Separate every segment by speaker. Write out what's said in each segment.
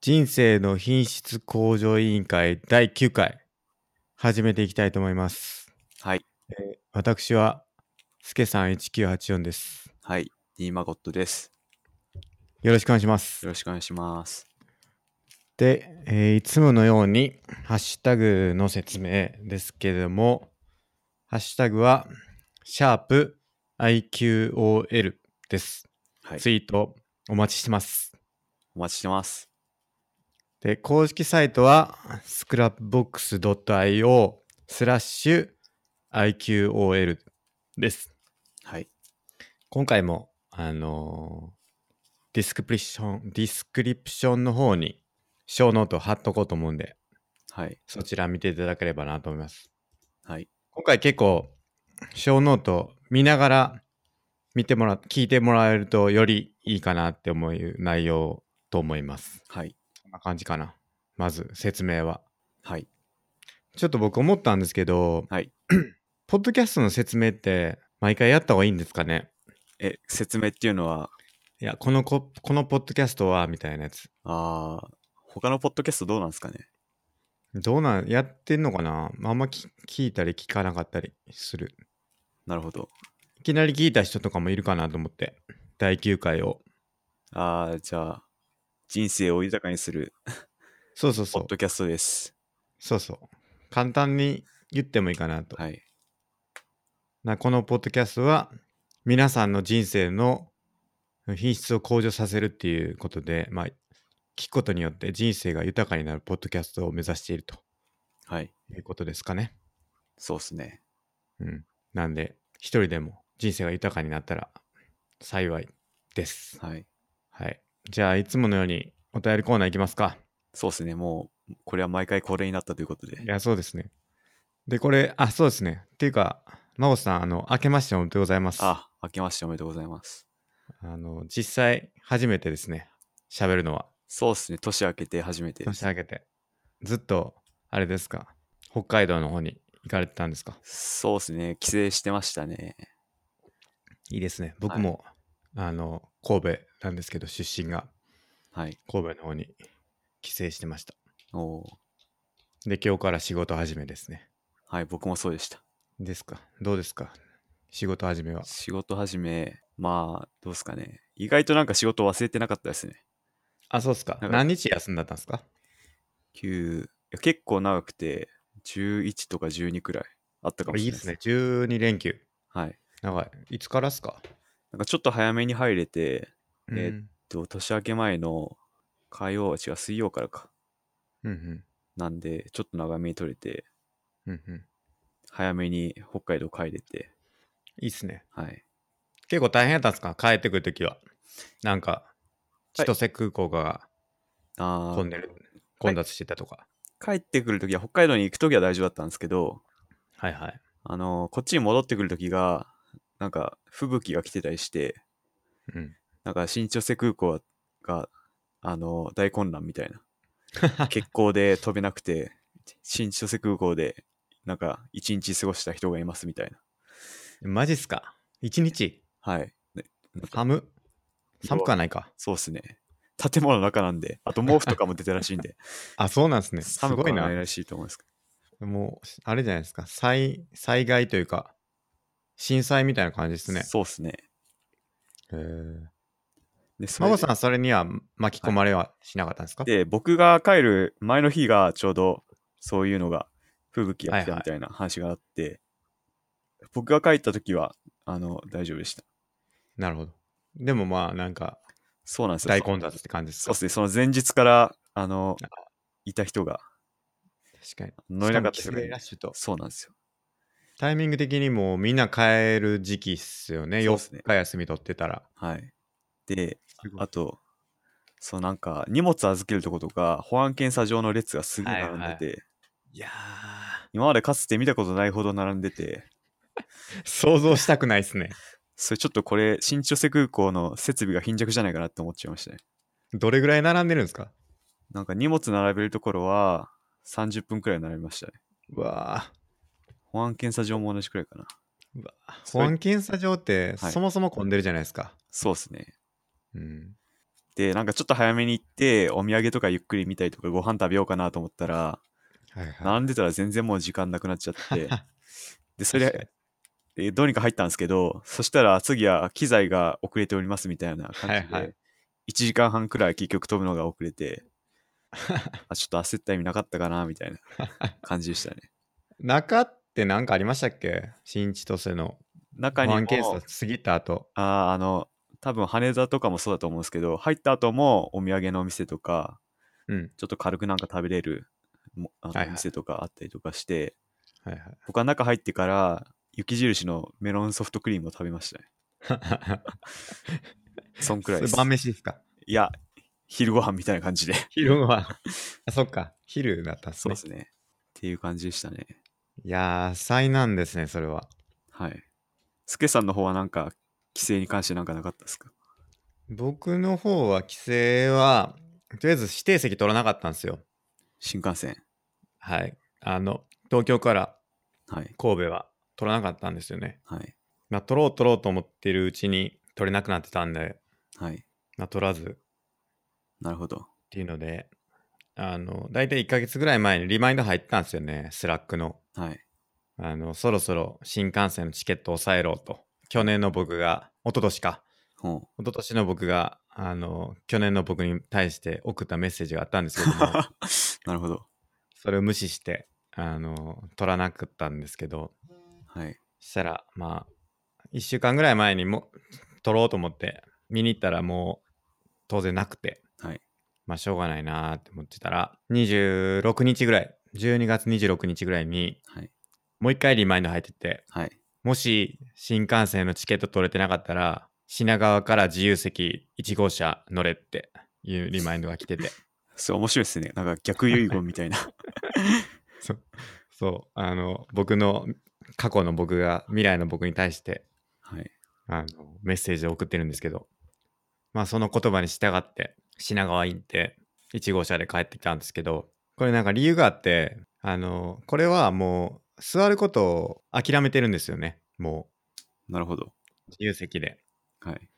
Speaker 1: 人生の品質向上委員会第9回始めていきたいと思います。
Speaker 2: はい。
Speaker 1: 私はすけさん1984です。
Speaker 2: はい。D マゴットです。
Speaker 1: よろしくお願いします
Speaker 2: よ。ろしくお願いします。
Speaker 1: で、えーいつものようにハッシュタグの説明ですけれども、ハッシュタグはシャープ i q o l です。
Speaker 2: はい。
Speaker 1: ツイートお待ちしてます。
Speaker 2: お待ちしてます。
Speaker 1: で、公式サイトは scrapbox.io スラッシュ IQOL です。
Speaker 2: はい。
Speaker 1: 今回も、あのーディスクリプション、ディスクリプションの方に小ノート貼っとこうと思うんで、
Speaker 2: はい。
Speaker 1: そちら見ていただければなと思います。
Speaker 2: はい。
Speaker 1: 今回結構、小ノート見ながら見てもら、聞いてもらえるとよりいいかなって思う内容と思います。
Speaker 2: はい。
Speaker 1: こんな感じかな。まず説明は。
Speaker 2: はい。
Speaker 1: ちょっと僕思ったんですけど、
Speaker 2: はい。
Speaker 1: ポッドキャストの説明って毎回やった方がいいんですかね
Speaker 2: え、説明っていうのは、
Speaker 1: いや、このこ、このポッドキャストは、みたいなやつ。
Speaker 2: あー他のポッドキャストどうなんですかね
Speaker 1: どうなん、やってんのかなあんまき聞いたり聞かなかったりする。
Speaker 2: なるほど。
Speaker 1: いきなり聞いた人とかもいるかなと思って、第9回を。
Speaker 2: あーじゃあ、人生を豊かにする
Speaker 1: そうそう
Speaker 2: ポ
Speaker 1: そ
Speaker 2: ッ
Speaker 1: う。
Speaker 2: ドキャストです。
Speaker 1: そうそう。簡単に言ってもいいかなと。
Speaker 2: はい。
Speaker 1: なこのポッドキャストは、皆さんの人生の品質を向上させるっていうことで、まあ、聞くことによって人生が豊かになるポッドキャストを目指していると
Speaker 2: はい。
Speaker 1: いうことですかね。
Speaker 2: そうっすね。
Speaker 1: うん。なんで、一人でも人生が豊かになったら幸いです。
Speaker 2: はい。
Speaker 1: はい。じゃあ、いつものようにお便りコーナー行きますか。
Speaker 2: そうっすね。もう、これは毎回これになったということで
Speaker 1: い。や、そうですね。で、これ、あ、そうですね。っていうか、真帆さん、あの、明けましておめでとうございます。
Speaker 2: あ、明けましておめでとうございます。
Speaker 1: あの、実際、初めてですね。喋るのは。
Speaker 2: そうっすね。年明けて初めてです
Speaker 1: 年。明けて。ずっと、あれですか。北海道の方に行かれてたんですか。
Speaker 2: そうっすね。帰省してましたね。
Speaker 1: いいですね。僕も、あの、神戸なんですけど、出身が
Speaker 2: はい。
Speaker 1: 神戸の方に帰省してました。
Speaker 2: おー
Speaker 1: で、今日から仕事始めですね。
Speaker 2: はい、僕もそうでした。
Speaker 1: ですか。どうですか仕事始めは。
Speaker 2: 仕事始め、まあ、どうですかね。意外となんか仕事忘れてなかったですね。
Speaker 1: あ、そうですか。
Speaker 2: なんか
Speaker 1: 何日休んだったんですか
Speaker 2: 9、いや結構長くて、11とか12くらいあったか
Speaker 1: こ
Speaker 2: も
Speaker 1: れ
Speaker 2: し
Speaker 1: いい
Speaker 2: れ
Speaker 1: で
Speaker 2: ない
Speaker 1: すね。。12連休。
Speaker 2: はい。
Speaker 1: 長い。いつからっすか、
Speaker 2: なんかちょっと早めに入れて、
Speaker 1: うん、
Speaker 2: えーと年明け前の火曜、違う、水曜からか。
Speaker 1: うんうん
Speaker 2: なんで、ちょっと長めに取れて、
Speaker 1: うんうん。
Speaker 2: 早めに北海道帰れて、
Speaker 1: いいっすね。
Speaker 2: はい。
Speaker 1: 結構大変やったんですか帰ってくるときは。なんか、
Speaker 2: はい
Speaker 1: 千歳空港が
Speaker 2: あ
Speaker 1: 混ん
Speaker 2: ー
Speaker 1: でる、混雑してたとか。
Speaker 2: 帰ってくるときは、北海道に行くときは大丈夫だったんですけど、
Speaker 1: はいはい。
Speaker 2: あのこっちに戻ってくるときが、なんか、吹雪が来てたりして、
Speaker 1: うん、
Speaker 2: なんか新千歳空港が、あの、大混乱みたいな。 欠航で飛べなくて、新千歳空港で、なんか、一日過ごした人がいますみたいな。
Speaker 1: マジっすか ?1 日
Speaker 2: はい。ねなんか
Speaker 1: 寒寒くはないか。
Speaker 2: そうっすね。建物の中なんで、あと毛布とかも出てるらしいんで、
Speaker 1: あ、そうなんですね。 す
Speaker 2: 寒く
Speaker 1: ごい
Speaker 2: は
Speaker 1: な
Speaker 2: ない。らしいと思うんですけ
Speaker 1: もう、あれじゃないですか。災、災害というか、震災みたいな感じです
Speaker 2: ど、
Speaker 1: ね。
Speaker 2: そうっすね。
Speaker 1: へー
Speaker 2: で、それ
Speaker 1: 孫
Speaker 2: で
Speaker 1: さんはそれには巻き込まれはしなかったんですか、
Speaker 2: で、僕が帰る前の日がちょうどそういうのが、吹雪が来たみたいな話があって、僕が帰った時は、あの、大丈夫でした。
Speaker 1: なるほど。でもまあ、なんか、
Speaker 2: そうなんですよ。
Speaker 1: 大混雑って感じです
Speaker 2: そ
Speaker 1: か
Speaker 2: うですね、その前日から、あの、いた人が
Speaker 1: 確かに。
Speaker 2: 乗れなかった
Speaker 1: し
Speaker 2: 人
Speaker 1: も帰
Speaker 2: が
Speaker 1: 省ラッシュと。
Speaker 2: そうなんですよ。
Speaker 1: タイミング的にもうみんな帰る時期っすよね。
Speaker 2: そうっすね
Speaker 1: 4日休み取ってたら。
Speaker 2: はい。で、あ
Speaker 1: あ
Speaker 2: と、そうなんか、荷物預けるとことか、保安検査場の列がすぐ並んでて、
Speaker 1: いや
Speaker 2: 今までかつて見たことないほど並んでて、
Speaker 1: ー、想像したくないっすね。
Speaker 2: それちょっとこれ、新千歳空港の設備が貧弱じゃないかなって思っちゃいましたね。
Speaker 1: どれぐらい並んでるんですか
Speaker 2: なんか荷物並べるところは、30分くらい並びましたね。
Speaker 1: うわ
Speaker 2: 保安検査場も同じくらいかな。
Speaker 1: ーうわー
Speaker 2: そ
Speaker 1: 保
Speaker 2: れ
Speaker 1: 安検査場って
Speaker 2: はい
Speaker 1: そもそも混んでるじゃないですか。
Speaker 2: そうですね。
Speaker 1: うん。
Speaker 2: で、なんかちょっと早めに行って、お土産とかゆっくり見たりとか、ご飯食べようかなと思ったら、
Speaker 1: はいはい。
Speaker 2: 並んでたら全然もう時間なくなっち ゃって、で、そ
Speaker 1: 確か
Speaker 2: れ、でどうにか入ったんですけど、そしたら次は機材が遅れておりますみたいな感じ
Speaker 1: はいは
Speaker 2: で、1時間半くらい結局飛ぶのが遅 れて、あちょっと焦った意味なかったかなみたいな感じでしたね。
Speaker 1: 中って何かありましたっけ新千歳の。
Speaker 2: 中に
Speaker 1: 保安検
Speaker 2: も
Speaker 1: 査、過ぎた後。
Speaker 2: あーあの、多分羽田とかもそうだと思うんですけど、入った後もお土産のお店とか、
Speaker 1: うん。
Speaker 2: ちょっと軽くなんか食べれるもあ
Speaker 1: はい
Speaker 2: の
Speaker 1: はい
Speaker 2: お店とかあったりとかして、
Speaker 1: はい
Speaker 2: 僕は中入ってから雪印のメロンソフトクリームを食べましたね。
Speaker 1: は
Speaker 2: そんくらいで
Speaker 1: い。
Speaker 2: す。
Speaker 1: 晩飯ですか
Speaker 2: いや、昼ご飯みたいな感じで。
Speaker 1: 昼は。あ、そっか。昼だったんです
Speaker 2: そう
Speaker 1: ね
Speaker 2: で。すね。っていう感じでしたね。
Speaker 1: いやー、災難ですね、それは。
Speaker 2: はい。スケさんの方はなんか、規制に関してなんかなかったですか
Speaker 1: 僕の方は、帰省は、とりあえず指定席取らなかったんですよ。
Speaker 2: 新幹線。
Speaker 1: はい。あの、東京から
Speaker 2: はい。
Speaker 1: 神戸は取らなかったんですよね。
Speaker 2: はい。
Speaker 1: まあ、取ろう取ろうと思ってるうちに取れなくなってたんで、
Speaker 2: はい。
Speaker 1: まあ、取らず
Speaker 2: なるほど。
Speaker 1: っていうので、あの、だいたい1ヶ月ぐらい前にリマインド入ったんですよね、スラックの。
Speaker 2: はい。
Speaker 1: あの、そろそろ新幹線のチケットを抑えろと。去年の僕が、一昨年か。
Speaker 2: ほ
Speaker 1: 一昨年の僕が、あの、去年の僕に対して送ったメッセージがあったんですけ
Speaker 2: う
Speaker 1: ども、
Speaker 2: なるほど。
Speaker 1: それを無視して、あの、取らなかったんですけど、
Speaker 2: はい。
Speaker 1: したら、まあ、1週間ぐらい前にも、取ろうと思って、見に行ったらもう、当然なくて、
Speaker 2: はい。
Speaker 1: まあ、しょうがないなーって思ってたら、26日ぐらい、12月26日ぐらいに、
Speaker 2: はい。
Speaker 1: もう一回リマインド入ってて、
Speaker 2: はい。
Speaker 1: もし新幹線のチケット取れてなかったら、品川から自由席1号車乗れっていうリマインドが来て て、
Speaker 2: それ面白いですね。なんか逆遺言み たいな。
Speaker 1: そう、あの、僕の、過去の僕が、未来の僕に対して、
Speaker 2: はい。
Speaker 1: あの、メッセージを送ってるんですけど、まあ、その言葉に従って、品川行って、1号車で帰ってきたんですけど、これなんか理由があって、あの、これはもう、座ることを諦めてるんですよね、も
Speaker 2: なるほど。
Speaker 1: う、自由席で。
Speaker 2: はい。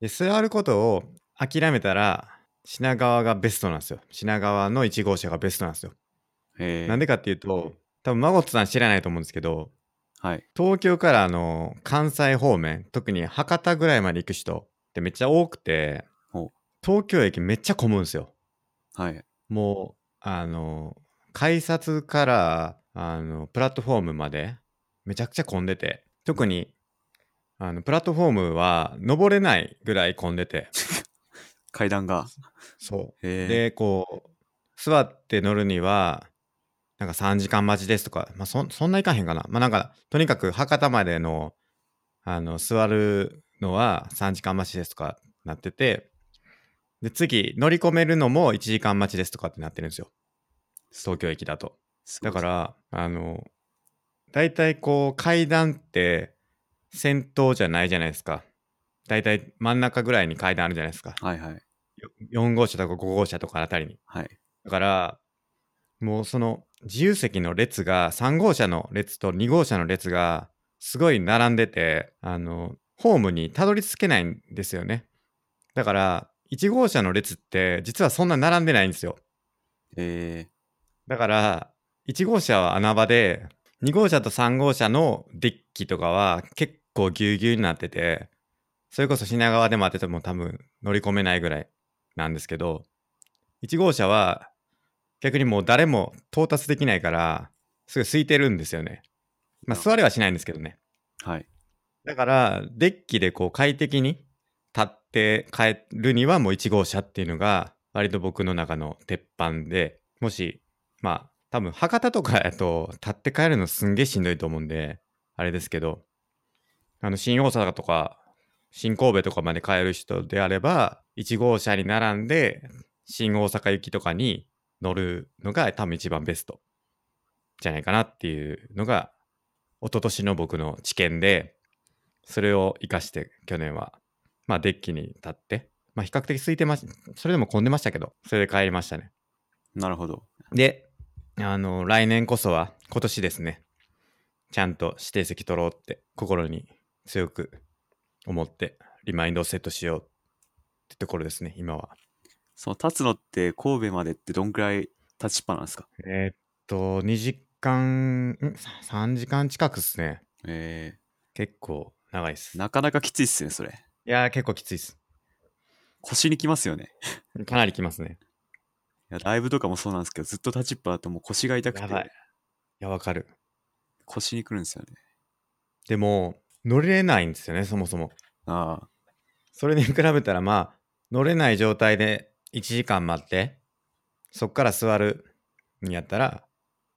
Speaker 1: で座ることを諦めたら品川がベストなんですよ品川の1号車がベストなんですよ、
Speaker 2: えー、
Speaker 1: なんでかっていうと多分マゴットさん知らないと思うんですけど
Speaker 2: はい。
Speaker 1: 東京からあの関西方面特に博多ぐらいまで行く人ってめっちゃ多くて
Speaker 2: ほう
Speaker 1: 東京駅めっちゃ混むんですよ
Speaker 2: はい。
Speaker 1: もうあの改札からあのプラットフォームまでめちゃくちゃ混んでて特にあのプラットフォームは登れないぐらい混んで て
Speaker 2: 階段が。
Speaker 1: そう
Speaker 2: えー、
Speaker 1: でこう座って乗るにはなんか3時間待ちですとか、まあ、そんそんないかへんかなまあなんかとにかく博多までのあの座るのは3時間待ちですとかなっててで次乗り込めるのも1時間待ちですとかってなってるんですよ東京駅だと
Speaker 2: すご
Speaker 1: だ
Speaker 2: いです
Speaker 1: からあの大体こう階段って先頭じゃないじゃないですか大体真ん中ぐらいに階段あるじゃないですか
Speaker 2: はいはい。
Speaker 1: 4号車とか5号車とかあたりに
Speaker 2: はい。
Speaker 1: だから、もうその自由席の列が3号車の列と2号車の列がすごい並んでて、あの、ホームにたどり着けないんですよね。だから、1号車の列って実はそんな並んでないんですよ。
Speaker 2: え
Speaker 1: だから、1号車は穴場で、2号車と3号車のデッキとかは結構ぎゅうぎゅうになってて、それこそ品川で待ってても多分乗り込めないぐらいなんですけど、1号車は逆にもう誰も到達できないから、すごい空いてるんですよね。まあ座れはしないんですけどね。
Speaker 2: ー、はい。
Speaker 1: だから、デッキでこう快適に立って帰るにはもう1号車っていうのが、割と僕の中の鉄板で、もし、まあ、多分博多とかやと立って帰るのすんげえしんどいと思うんで、あれですけど、あの、新大阪とか、新神戸とかまで帰る人であれば、1号車に並んで、新大阪行きとかに乗るのが多分一番ベストじゃないかなっていうのが、一昨年の僕の知見で、それを生かして去年は、まあデッキに立って、まあ比較的空いてましそれでも混んでましたけど、それで帰りましたね。
Speaker 2: なるほど。
Speaker 1: で、あの、来年こそは、今年ですね、ちゃんと指定席取ろうって心に強く思って、リマインドをセットしようっってところですね、今は。
Speaker 2: その立つのって神戸までってどんくらい立ちっぱなんですか
Speaker 1: えーっと、2時間、ん ?3 時間近くですね。
Speaker 2: え
Speaker 1: 結構長いです。
Speaker 2: ー、
Speaker 1: い
Speaker 2: なかなかきついっすね、それ。
Speaker 1: やー、結構きついです。
Speaker 2: 腰にきますよね。
Speaker 1: かなりきますね。
Speaker 2: いやライブとかもそうなんですけど、ずっと立ちっぱだともう腰が痛く
Speaker 1: やばい
Speaker 2: て、
Speaker 1: いや、わかる。
Speaker 2: 腰にくるんですよね。
Speaker 1: でも、乗れないんですよね、そもそも。
Speaker 2: ああ、
Speaker 1: それに比べたら、まあ、乗れない状態で1時間待って、そっから座るんやったら、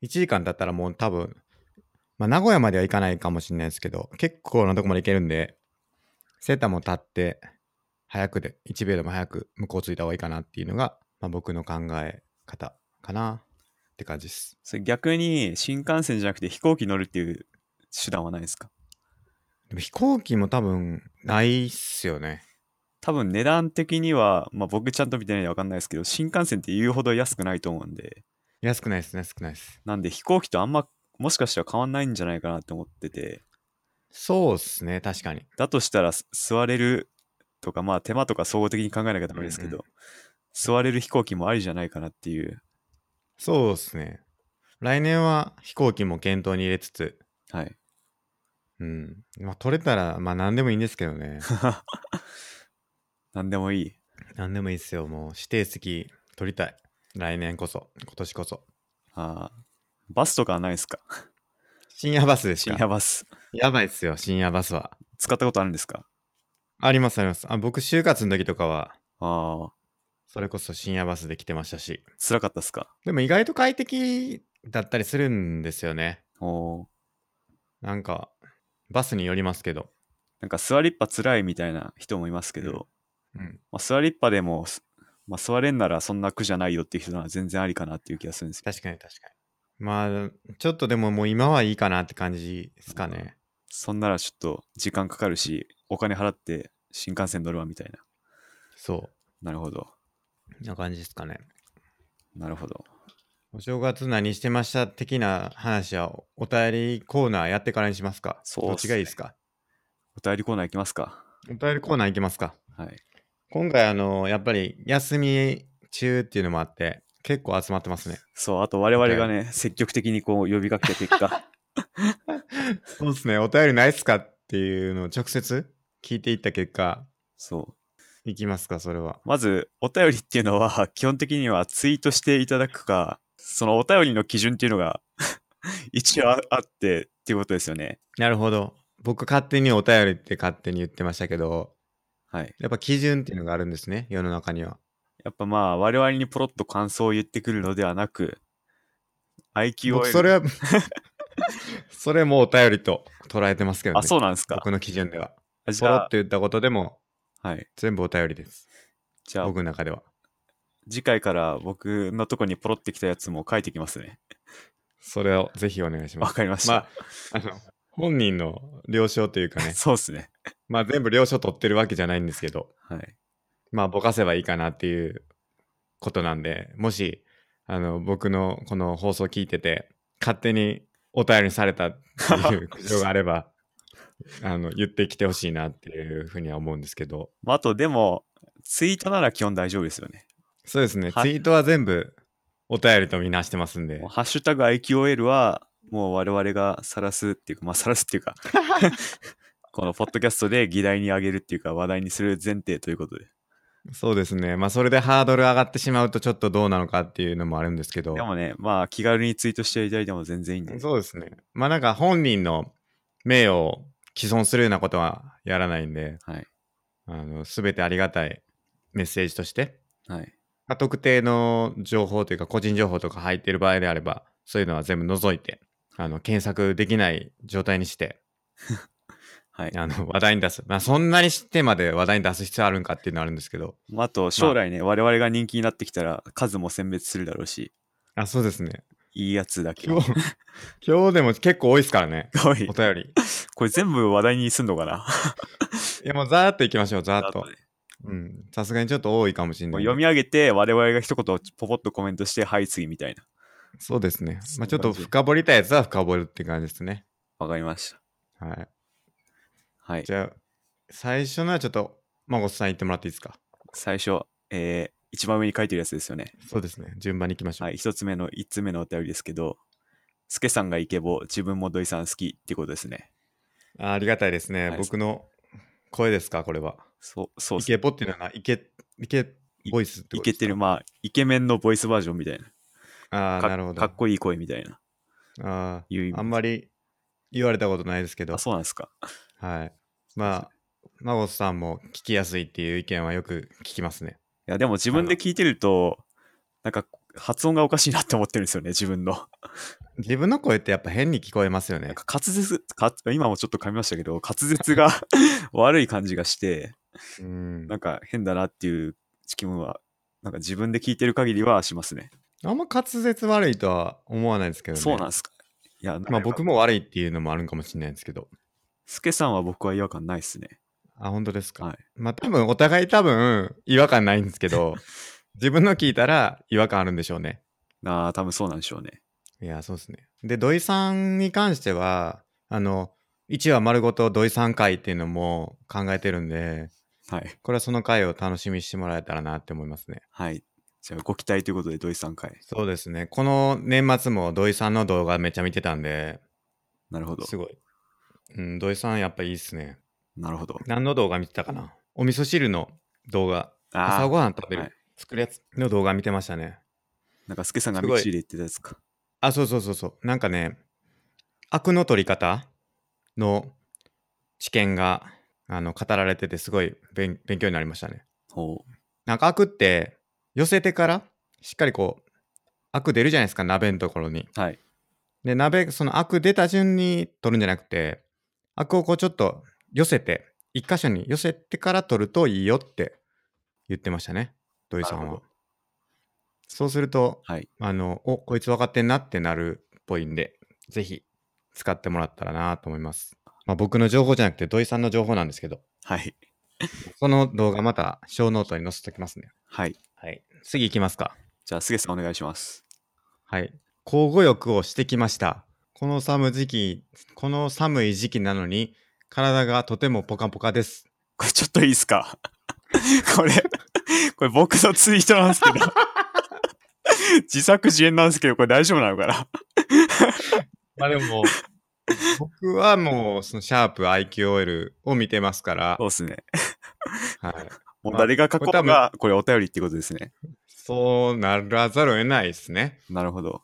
Speaker 1: 1時間だったらもう多分、まあ、名古屋までは行かないかもしれないですけど、結構なとこまで行けるんで、セーターも立って、早くで、1秒でも早く向こう着いた方がいいかなっていうのが、まあ、僕の考え方かなって感じです。
Speaker 2: それ逆に新幹線じゃなくて飛行機乗るっていう手段はないですか
Speaker 1: でも飛行機も多分、ないっすよね。
Speaker 2: 多分値段的には、まあ僕ちゃんと見てないんでわかんないですけど、新幹線って言うほど安くないと思うんで、
Speaker 1: 安くないですね、少ないです。
Speaker 2: なんで飛行機とあんま、もしかしたら変わんないんじゃないかなって思ってて、
Speaker 1: そうっすね、確かに。
Speaker 2: だとしたらす座れるとか、まあ手間とか総合的に考えなきゃダメですけど、
Speaker 1: うんう
Speaker 2: 座れる飛行機もありじゃないかなっていう、
Speaker 1: そうですね。来年は飛行機も検討に入れつつ、
Speaker 2: はい。
Speaker 1: うん。まあ、取れたら、まあ、何でもいいんですけど ね。
Speaker 2: なんでもいい。
Speaker 1: 何でもいいですよ。もう、指定席取りたい。来年こそ、今年こそ。
Speaker 2: あーバスとかはないですか
Speaker 1: 深夜バスです
Speaker 2: 深
Speaker 1: か
Speaker 2: 夜バス。
Speaker 1: やばいっすよ、深夜バスは。
Speaker 2: 使ったことあるんですか
Speaker 1: あります、あります。あ僕、就活の時とかは、
Speaker 2: ああ、
Speaker 1: それこそ深夜バスで来てましたし。
Speaker 2: 辛かったっすか
Speaker 1: でも、意外と快適だったりするんですよね。
Speaker 2: おー
Speaker 1: なんか、バスによりますけど。
Speaker 2: なんか座りっぱ辛いみたいな人もいますけど、
Speaker 1: うんうん。
Speaker 2: まあ、座りっぱでも、すまあ、座れんならそんな苦じゃないよっていう人なら全然ありかなっていう気がするんですけど、
Speaker 1: 確かに、確かに。まあ、ちょっとでももう今はいいかなって感じですかね。
Speaker 2: そんならちょっと時間かかるし、お金払って新幹線乗るわみたいな。
Speaker 1: そ
Speaker 2: なるほど。
Speaker 1: う。な感じですかね。
Speaker 2: なるほど。
Speaker 1: お正月何してました的な話はおお便りコーナーやってからにしますか
Speaker 2: そう
Speaker 1: ど
Speaker 2: っ
Speaker 1: っち
Speaker 2: すね
Speaker 1: がいいですか
Speaker 2: お便りコーナー行きますか。
Speaker 1: お便りコーナーいきますか
Speaker 2: はい。
Speaker 1: 今回あのやっぱり休み中っていうのもあって結構集まってますね。
Speaker 2: そう、あと我々がね、積極的にこう呼びかけた結 果、
Speaker 1: そうですね。お便りないっすかっていうのを直接聞いていった結果、
Speaker 2: そう。
Speaker 1: いきますかそれは。
Speaker 2: まず、お便りっていうのは、基本的にはツイートしていただくか、そのお便りの基準っていうのが 一応ああってっていうことですよね。
Speaker 1: なるほど。僕勝手にお便りって勝手に言ってましたけど、
Speaker 2: はい。
Speaker 1: やっぱ基準っていうのがあるんですね。世の中には。
Speaker 2: やっぱまあ、我々にポロッと感想を言ってくるのではなく、
Speaker 1: 僕
Speaker 2: IQOL。
Speaker 1: それは それもお便りと捉えてますけどね
Speaker 2: あ、そうなんですか。
Speaker 1: 僕の基準では
Speaker 2: あじ
Speaker 1: ポロ
Speaker 2: ゃ
Speaker 1: ッと
Speaker 2: あ、
Speaker 1: 言ったことでも
Speaker 2: はい。
Speaker 1: 全部お便りです
Speaker 2: じゃあ、
Speaker 1: 僕の中では
Speaker 2: 次回から僕のとこにポロってきたやつも書いてきますね。
Speaker 1: それをぜひお願いしま
Speaker 2: わ
Speaker 1: す
Speaker 2: かりました。
Speaker 1: まああの本人の了承という かね
Speaker 2: そうですね。
Speaker 1: まあ全部了承取ってるわけじゃないんですけど
Speaker 2: はい。
Speaker 1: まあぼかせばいいかなっていうことなんでもしあの僕のこの放送聞いてて勝手にお便りにされたっていう苦情があればあの言ってきてほしいなっていうふうには思うんですけど
Speaker 2: まあ、あと、でも、ツイートなら基本大丈夫ですよね。
Speaker 1: そうですね
Speaker 2: は
Speaker 1: ツイートは全部お便りとみなしてますんで
Speaker 2: もうハッシュタグ IQOL は、もう我々が晒すっていうか、まあ晒すってい うか、このポッドキャストで議題に上げるっていうか、話題にする前提ということで。
Speaker 1: そうですね。まあ、それでハードル上がってしまうと、ちょっとどうなのかっていうのもあるんですけど
Speaker 2: で、もね、まあ気軽にツイートしていただいても全然いいんで。
Speaker 1: そうですね。まあ、なんか本人の名誉を毀損するようなことはやらないんで、
Speaker 2: はい。
Speaker 1: あの、すべてありがたいメッセージとして、
Speaker 2: はい。
Speaker 1: まあ、特定の情報というか、個人情報とか入っている場合であれば、そういうのは全部除いて、あの、検索できない状態にして、
Speaker 2: はい。
Speaker 1: あの、話題に出す。まあ、そんなに知ってまで話題に出す必要あるんかっていうのはあるんですけど、
Speaker 2: まあ、あと、将来ね、我々が人気になってきたら、数も選別するだろうし、
Speaker 1: あ、そうですね。
Speaker 2: いいやつ だけ。
Speaker 1: 今日、今日でも結構多いですからね。
Speaker 2: おい
Speaker 1: お便り。
Speaker 2: これ全部話題にすんのかな
Speaker 1: いや、もうざーっといきましょう、ざーっ
Speaker 2: あ
Speaker 1: と
Speaker 2: とね。
Speaker 1: うん。さすがにちょっと多いかもしれな
Speaker 2: もう
Speaker 1: い。
Speaker 2: 読み上げて、我々が一言ポポッとコメントして、はい、次みたいな。
Speaker 1: そうですね。
Speaker 2: そん
Speaker 1: ま
Speaker 2: な
Speaker 1: あちょっと
Speaker 2: 感じ
Speaker 1: 深掘りたいやつは深掘るって感じですね。
Speaker 2: わかりました。
Speaker 1: はい。
Speaker 2: はい
Speaker 1: じ。ゃあ、最初のはちょっと、まごさん言ってもらっていいですか。
Speaker 2: 最初、えー一番上に書いてるやつですよね。
Speaker 1: そうですね。順番に行きましょう。
Speaker 2: はい、一つ目の、一つ目のお便りですけど、スケさんがイケボ、自分も土井さん好きってことですね。
Speaker 1: あありがたいですね。
Speaker 2: はい
Speaker 1: 僕の声ですか、これは。
Speaker 2: そう、そうっ
Speaker 1: イ
Speaker 2: すね
Speaker 1: ケポっていうのはな、イケ、イケボイスって
Speaker 2: イ
Speaker 1: ことで
Speaker 2: ケ
Speaker 1: す
Speaker 2: てる、まあ、イケメンのボイスバージョンみたいな。
Speaker 1: ああ、
Speaker 2: か
Speaker 1: なるほど。
Speaker 2: かっこいい声みたいな。
Speaker 1: あ
Speaker 2: いう意
Speaker 1: ー
Speaker 2: 味
Speaker 1: あんまり言われたことないですけど
Speaker 2: あ、、そうなんですか。
Speaker 1: はい。まあ、マゴスさんも聞きやすいっていう意見はよく聞きますね。
Speaker 2: いや、でも自分で聞いてると、なんか発音がおかしいなって思ってるんですよね、自分の。
Speaker 1: 自分の声ってやっぱ変に聞こえますよ
Speaker 2: なん
Speaker 1: ね。
Speaker 2: か滑舌か、今もちょっと噛みましたけど、滑舌が 悪い感じがして、
Speaker 1: うん
Speaker 2: なんか変だなっていう気分は、なんか自分で聞いてる限りはしますね。
Speaker 1: あんま滑舌悪いとは思わないですけどね。
Speaker 2: そうなんですか。いや、
Speaker 1: まあ僕
Speaker 2: も。
Speaker 1: も悪いっていうのもあるんかもしれないですけど。
Speaker 2: スケさんは僕は違和感ないですね。
Speaker 1: あ、本当ですか。
Speaker 2: はい
Speaker 1: まあ多分お互い多分違和感ないんですけ ど、自分の聞いたら違和感あるんでしょうね。
Speaker 2: ああ、多分そうなんでしょうね。
Speaker 1: いや、そうですね。で、土井さんに関しては、あの、1話丸ごと土井さん回っていうのも考えてるんで、
Speaker 2: はい。
Speaker 1: これはその回を楽しみにしてもらえたらなって思いますね。
Speaker 2: はい。じゃあ、ご期待ということで、土井さん会。
Speaker 1: そうですね。この年末も土井さんの動画めっちゃ見てたんで、
Speaker 2: なるほど。
Speaker 1: すごい。うん、土井さんやっぱいいっすね。
Speaker 2: なるほど。
Speaker 1: 何の動画見てたかなお味噌汁の動画、
Speaker 2: あ
Speaker 1: 朝
Speaker 2: あ、
Speaker 1: ごはん食べる、
Speaker 2: はい
Speaker 1: 作るやつの動画見てましたね。
Speaker 2: なんかスケさんが
Speaker 1: す
Speaker 2: ミ
Speaker 1: ごい
Speaker 2: クシーで言ってたやつか。
Speaker 1: あ、そうそうそうそう。なんかね、アクの取り方の知見があの語られてて、すごい勉勉強になりましたね。
Speaker 2: ほう。
Speaker 1: なんかアクって、寄せてから、しっかりこう、アク出るじゃないですか、鍋のところに。
Speaker 2: はい。
Speaker 1: で、鍋、そのアク出た順に取るんじゃなくて、アクをこうちょっと寄せて、一箇所に寄せてから取るといいよって言ってましたね、土井さ
Speaker 2: なんるほ
Speaker 1: は
Speaker 2: ど。
Speaker 1: そうすると、
Speaker 2: はい。
Speaker 1: あの、お、こいつ分かってんなってなるっぽいんで、ぜひ使ってもらったらなと思います。まあ、僕の情報じゃなくて土井さんの情報なんですけど、
Speaker 2: はい。
Speaker 1: その動画また小ノートに載せておきますね。
Speaker 2: はい。
Speaker 1: はい。次行きますか。
Speaker 2: じゃあ、スケさんお願いします。
Speaker 1: はい。交互浴をしてきました。この寒時期、この寒い時期なのに、体がとてもポカポカです。
Speaker 2: これちょっといいですか これ、これ僕のツイートなんですけど。 自作自演なんですけど、これ大丈夫なのかな
Speaker 1: まあでも、 僕はもう、そのシャープ IQOL を見てますから
Speaker 2: そ、うですね。
Speaker 1: はい、
Speaker 2: もう
Speaker 1: まあ
Speaker 2: 誰が書こう
Speaker 1: これ多
Speaker 2: が、これお便りってことですね。
Speaker 1: そうならざるを得ないですね。
Speaker 2: なるほど。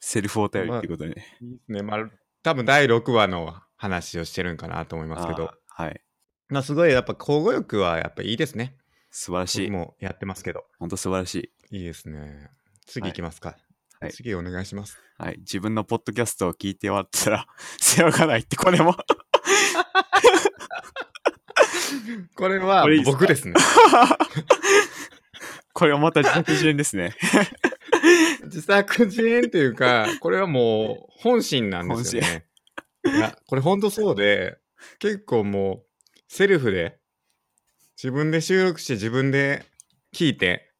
Speaker 2: セルフお便りってことね。
Speaker 1: ね、まあ、多分第6話の話をしてるんかなと思いますけど、
Speaker 2: あーはい。
Speaker 1: まあ、すごいやっぱ交互浴はやっぱいいですね。
Speaker 2: 素晴らし
Speaker 1: 僕
Speaker 2: い。
Speaker 1: もやってますけど。
Speaker 2: 本当素晴らしい。
Speaker 1: いいですね。次行きますか。
Speaker 2: はい
Speaker 1: 次お願いします。
Speaker 2: はい。自分のポッドキャストを聞いて終わったら、 背負がないって、これも。
Speaker 1: これは
Speaker 2: これいいっすか
Speaker 1: 僕ですね。
Speaker 2: これはまた自作自演ですね。
Speaker 1: 自作自演という か、これはもう本心なんですよね。いや、これほんとそうで、結構もうセルフで自分で収録して自分で聞いて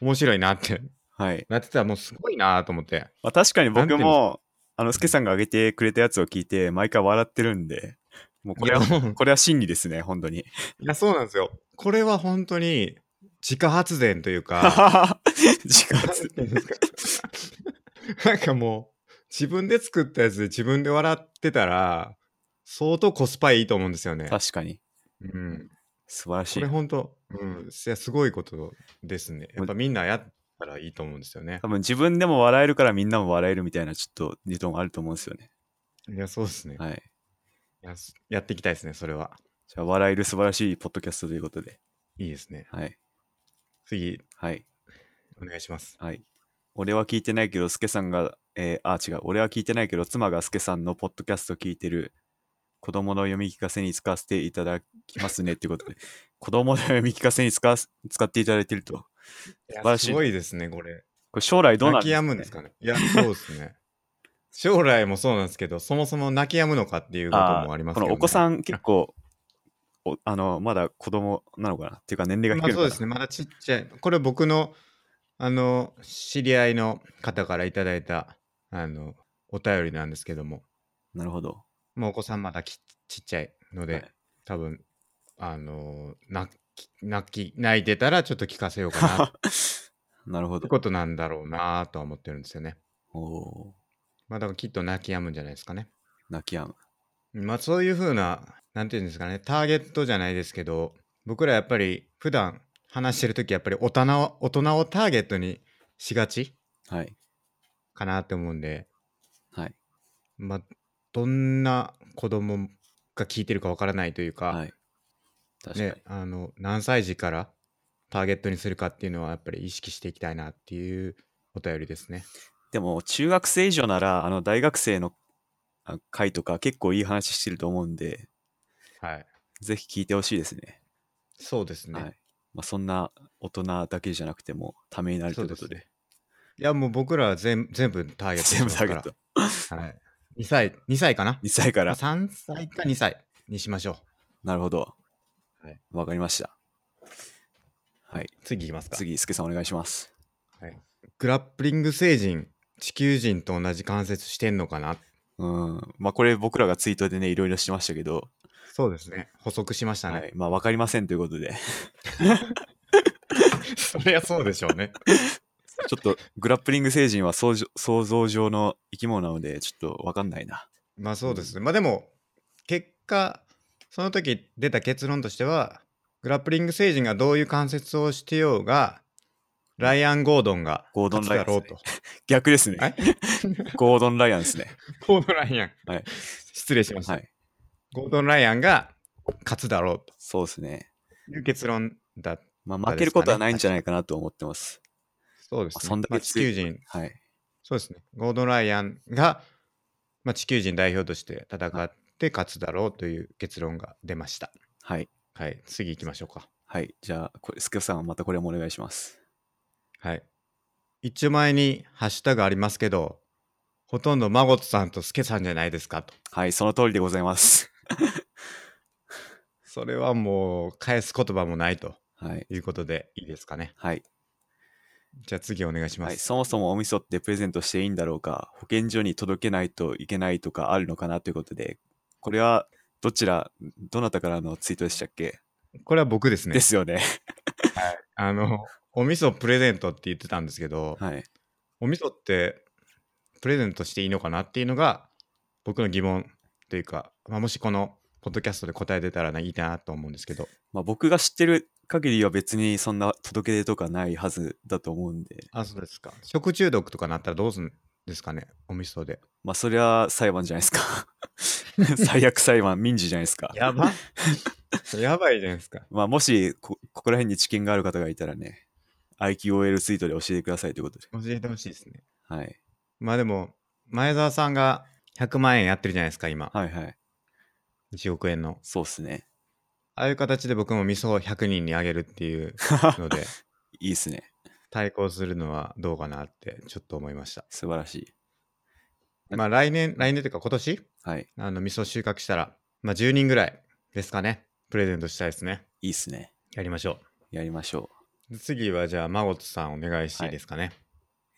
Speaker 1: 面白いなって
Speaker 2: はい。
Speaker 1: なってたらもうすごいなと思って。
Speaker 2: まあ、確かに
Speaker 1: なんていう
Speaker 2: 僕
Speaker 1: んです
Speaker 2: も、あの、スケさんが上げてくれたやつを聞いて、毎回笑ってるんで、もうこ
Speaker 1: い
Speaker 2: れ
Speaker 1: や、
Speaker 2: は、
Speaker 1: も う
Speaker 2: これは真理ですね、本当に。
Speaker 1: いやそうなんですよ。これは本当に自家発電というか、
Speaker 2: 時間
Speaker 1: なんていうんですか なんかもう自分で作ったやつで自分で笑ってたら、相当コスパいいと思うんですよね。
Speaker 2: 確かに。
Speaker 1: うん
Speaker 2: 素晴らし
Speaker 1: こ
Speaker 2: い
Speaker 1: れ。本当、うん、いやすごいことですね。やっぱみんなやったらいいと思うんですよね
Speaker 2: 多。分自分でも笑えるからみんなも笑えるみたいな、ちょっと、理論あると思うんですよね。
Speaker 1: いや、そうですね、
Speaker 2: はい。
Speaker 1: いや。すやっていきたいですね、それは。
Speaker 2: じゃあ、笑える素晴らしいポッドキャストということで。
Speaker 1: いいですね。
Speaker 2: はい。
Speaker 1: 次、
Speaker 2: はい。
Speaker 1: お願いします。
Speaker 2: はい。俺は聞いてないけど、スケさんが、えーあ、違う。俺は聞いてないけど、妻がスケさんのポッドキャスト聞いてる、子供の読み聞かせに使わせていただきま すねっていうことで、子供の読み聞かせに使わす使っていただいてると。
Speaker 1: いや
Speaker 2: 素晴らしい
Speaker 1: すごいですね、これ。
Speaker 2: これ将来どうな
Speaker 1: 泣き
Speaker 2: んです
Speaker 1: 止
Speaker 2: か、ね、
Speaker 1: むんですかね。いや、そうですね。 将来もそうなんですけど、そもそも泣き止むのかっていうこと
Speaker 2: あー
Speaker 1: もあります
Speaker 2: こ
Speaker 1: けど、
Speaker 2: のお子さ
Speaker 1: ん
Speaker 2: ん結構、おあの、まだ子供なのかなっていうか年齢が
Speaker 1: ま
Speaker 2: 低
Speaker 1: あ
Speaker 2: いのかな、
Speaker 1: そうですね、まだちっちゃい。これ僕の、あの、知り合いの方からいただいた、あの、お便りなんですけども。
Speaker 2: なるほど。
Speaker 1: もうお子さんまだきちっちゃいので、
Speaker 2: はい
Speaker 1: 多分あのーなき泣き泣いてたらちょっと聞かせようかなっ
Speaker 2: なるほ
Speaker 1: て
Speaker 2: ど。
Speaker 1: ことなんだろうなとは思ってるんですよね。
Speaker 2: おー
Speaker 1: まあだからきっと泣き止むんじゃないですかね。
Speaker 2: 泣き止む。
Speaker 1: まあそういうふうな、なんていうんですかね、ターゲットじゃないですけど、僕らやっぱり普段話してるときやっぱり大人を大人をターゲットにしがち
Speaker 2: はい。
Speaker 1: かなって思うんで、
Speaker 2: はい。
Speaker 1: まあどんな子供が聞いてるかわからないというか、
Speaker 2: はい。確かに。
Speaker 1: ね、あの何歳児からターゲットにするかっていうのはやっぱり意識していきたいなっていうお便りですね。
Speaker 2: でも、中学生以上なら、あの、大学生のあ回とか結構いい話してると思うんで、
Speaker 1: はい。
Speaker 2: ぜひ聞いてほしいですね。
Speaker 1: そうですね。
Speaker 2: はい。まあ、そんな大人だけじゃなくても、ためになるということで。
Speaker 1: いやもう僕らは全全部ターゲット
Speaker 2: 全部ターゲッ
Speaker 1: しま
Speaker 2: ト
Speaker 1: す。から。はい。2歳、2歳かな
Speaker 2: 2歳か
Speaker 1: まあ
Speaker 2: ら。
Speaker 1: 3歳か2歳にしましょ
Speaker 2: なるほど
Speaker 1: はい。
Speaker 2: わ、かりました。はい。
Speaker 1: う。次いきますか。
Speaker 2: 次、すけさんお願いします。
Speaker 1: グラップリング星人、地球人と同じ関節してんのかな
Speaker 2: うん。まあ、これ僕らがツイートでね、いろいろしてましたけど、
Speaker 1: そうですね。補足しましたね。
Speaker 2: はい。まあ、わかりませんということで、
Speaker 1: そりゃそうでしょうね。
Speaker 2: ちょっとグラップリング星人は想像想像上の生き物なので、ちょっとわかんないな。
Speaker 1: まあそうですね。まあでも、結果、その時出た結論としては、グラップリング星人がどういう関節をしてようが、ライアン・ゴードンが
Speaker 2: ゴードンライアン
Speaker 1: 勝つだろう
Speaker 2: 逆ですね。
Speaker 1: え
Speaker 2: ゴードン・ライアンですね。
Speaker 1: と。ゴードン・ライアン。
Speaker 2: はい
Speaker 1: 失礼しました。
Speaker 2: はい。
Speaker 1: ゴードン・ライアンが勝つだろう
Speaker 2: そうですね。
Speaker 1: という結論だ。
Speaker 2: まあ、
Speaker 1: かね
Speaker 2: 負けることはないんじゃないかなと思ってます。
Speaker 1: そうですね。
Speaker 2: そんだけ
Speaker 1: まあ地球人、
Speaker 2: はい。
Speaker 1: そうですね。ゴードン・ライアンが、まあ、地球人代表として戦って勝つだろうという結論が出ました。
Speaker 2: はい。
Speaker 1: はい、次行きましょうか。
Speaker 2: はい。じゃあ、これ、スケさん、またこれもお願いします。
Speaker 1: はい。一応前にハッシュタグありますけど、ほとんどマゴトさんとスケさんじゃないですかと。
Speaker 2: はい、その通りでございます。
Speaker 1: それはもう返す言葉もないと
Speaker 2: はい。
Speaker 1: いうことでいいですかね。
Speaker 2: はい。
Speaker 1: じゃあ次お願いしま
Speaker 2: はい、
Speaker 1: す。
Speaker 2: そもそもお味噌ってプレゼントしていいんだろうか、保健所に届けないといけないとかあるのかなということで、これはどちら、どなたからのツイートでしたっけ、
Speaker 1: これは僕ですね。
Speaker 2: ですよね。
Speaker 1: あの、お味噌プレゼントって言ってたんですけど、
Speaker 2: はい。
Speaker 1: お味噌ってプレゼントしていいのかなっていうのが僕の疑問というか、まあ、もしこのポッドキャストで答え出たらいいなと思うんですけど
Speaker 2: まあ、僕が知ってる限りは別にそんな届け出とかないはずだと思うんで、
Speaker 1: あそうですか食中毒とかなったらどうするんですかねお味噌で
Speaker 2: まあ、それは裁判じゃないですか。最悪裁判、民事じゃないですか。
Speaker 1: ばやばいじゃないですか
Speaker 2: まあ、もしこ、ここら辺に知見がある方がいたらね、IQOL ツイートで教えてくださいということで。
Speaker 1: 教えてほしいですね
Speaker 2: はい。
Speaker 1: まあでも前澤さんが100万円やってるじゃないですか今
Speaker 2: はいはい。
Speaker 1: 1億円の
Speaker 2: そうっすね。
Speaker 1: ああいう形で僕も味噌を100人にあげるって いうので
Speaker 2: いいっすね。
Speaker 1: 対抗するのはどうかなってちょっと思いました
Speaker 2: 素晴らしい。
Speaker 1: まあ来年来年というか今年
Speaker 2: はい。
Speaker 1: あの、味噌収穫したら、まあ、10人ぐらいですかね。プレゼントしたいですね。
Speaker 2: いいっすね。
Speaker 1: やりましょ
Speaker 2: やりましょ
Speaker 1: う。次は、じゃあ、マゴトさんお願いしていいですかね。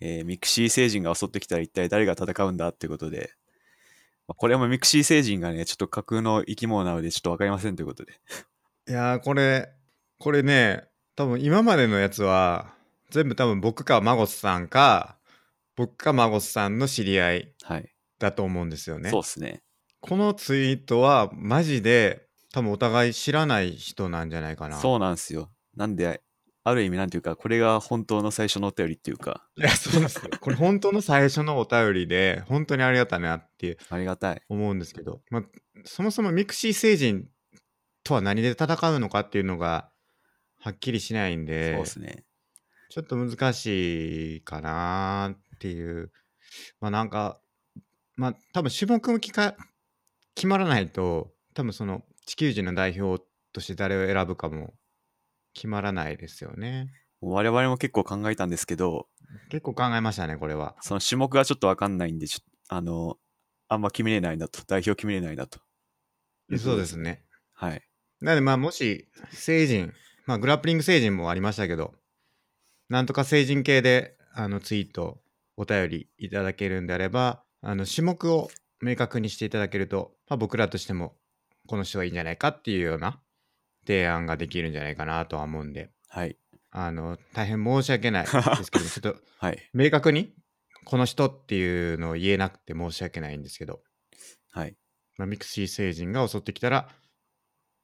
Speaker 2: う。えーミクシー星人が襲ってきたら一体誰が戦うんだってことで、まあ、これもミクシー星人がね、ちょっと架空の生き物なのでちょっとわかりませんということで。
Speaker 1: い、やー、これ、これね、多分今までのやつは、全部多分僕かマゴトさんか、僕かマゴトさんの知り合い
Speaker 2: はい。
Speaker 1: だと思うんですよね
Speaker 2: そう。っすね。
Speaker 1: このツイートは、マジで、多分お互い知らない人なんじゃないかな。
Speaker 2: そうなんですよ。なんで、ある意味なんていうか、これが本当の最初のお便りっていうか、
Speaker 1: いや、そうですよ。これ本当の最初のお便りで、本当にありがたいなっていう
Speaker 2: ありがたい。
Speaker 1: 思うんですけど、まあ、そもそもミクシー星人とは何で戦うのかっていうのがはっきりしないん
Speaker 2: そう
Speaker 1: で
Speaker 2: っすね。
Speaker 1: ちょっと難しいかなっていうまあなんかまあ多分種目もきか決まらないと多分その地球人の代表として誰を選ぶかも決まらないですよね
Speaker 2: 我々も結構考えたんですけど、
Speaker 1: 結構考えましたねこれは
Speaker 2: その種目がちょっとわかんないんで、ちょっと、あの、あんま決めれないなと。代表決めれないなと。
Speaker 1: そうですね
Speaker 2: はい。
Speaker 1: なのでまあもし成人、まあ、グラップリング成人もありましたけど、なんとか成人系であのツイート、お便りいただけるんであれば、あの種目を明確にしていただけると、まあ、僕らとしてもこの人がいいんじゃないかっていうような提案ができるんじゃないかなとは思うんで、
Speaker 2: はい。
Speaker 1: あの、大変申し訳ないですけど、ちょっと
Speaker 2: はい。
Speaker 1: 明確にこの人っていうのを言えなくて申し訳ないんですけど、
Speaker 2: はい。
Speaker 1: まあ、ミクシー星人が襲ってきたら、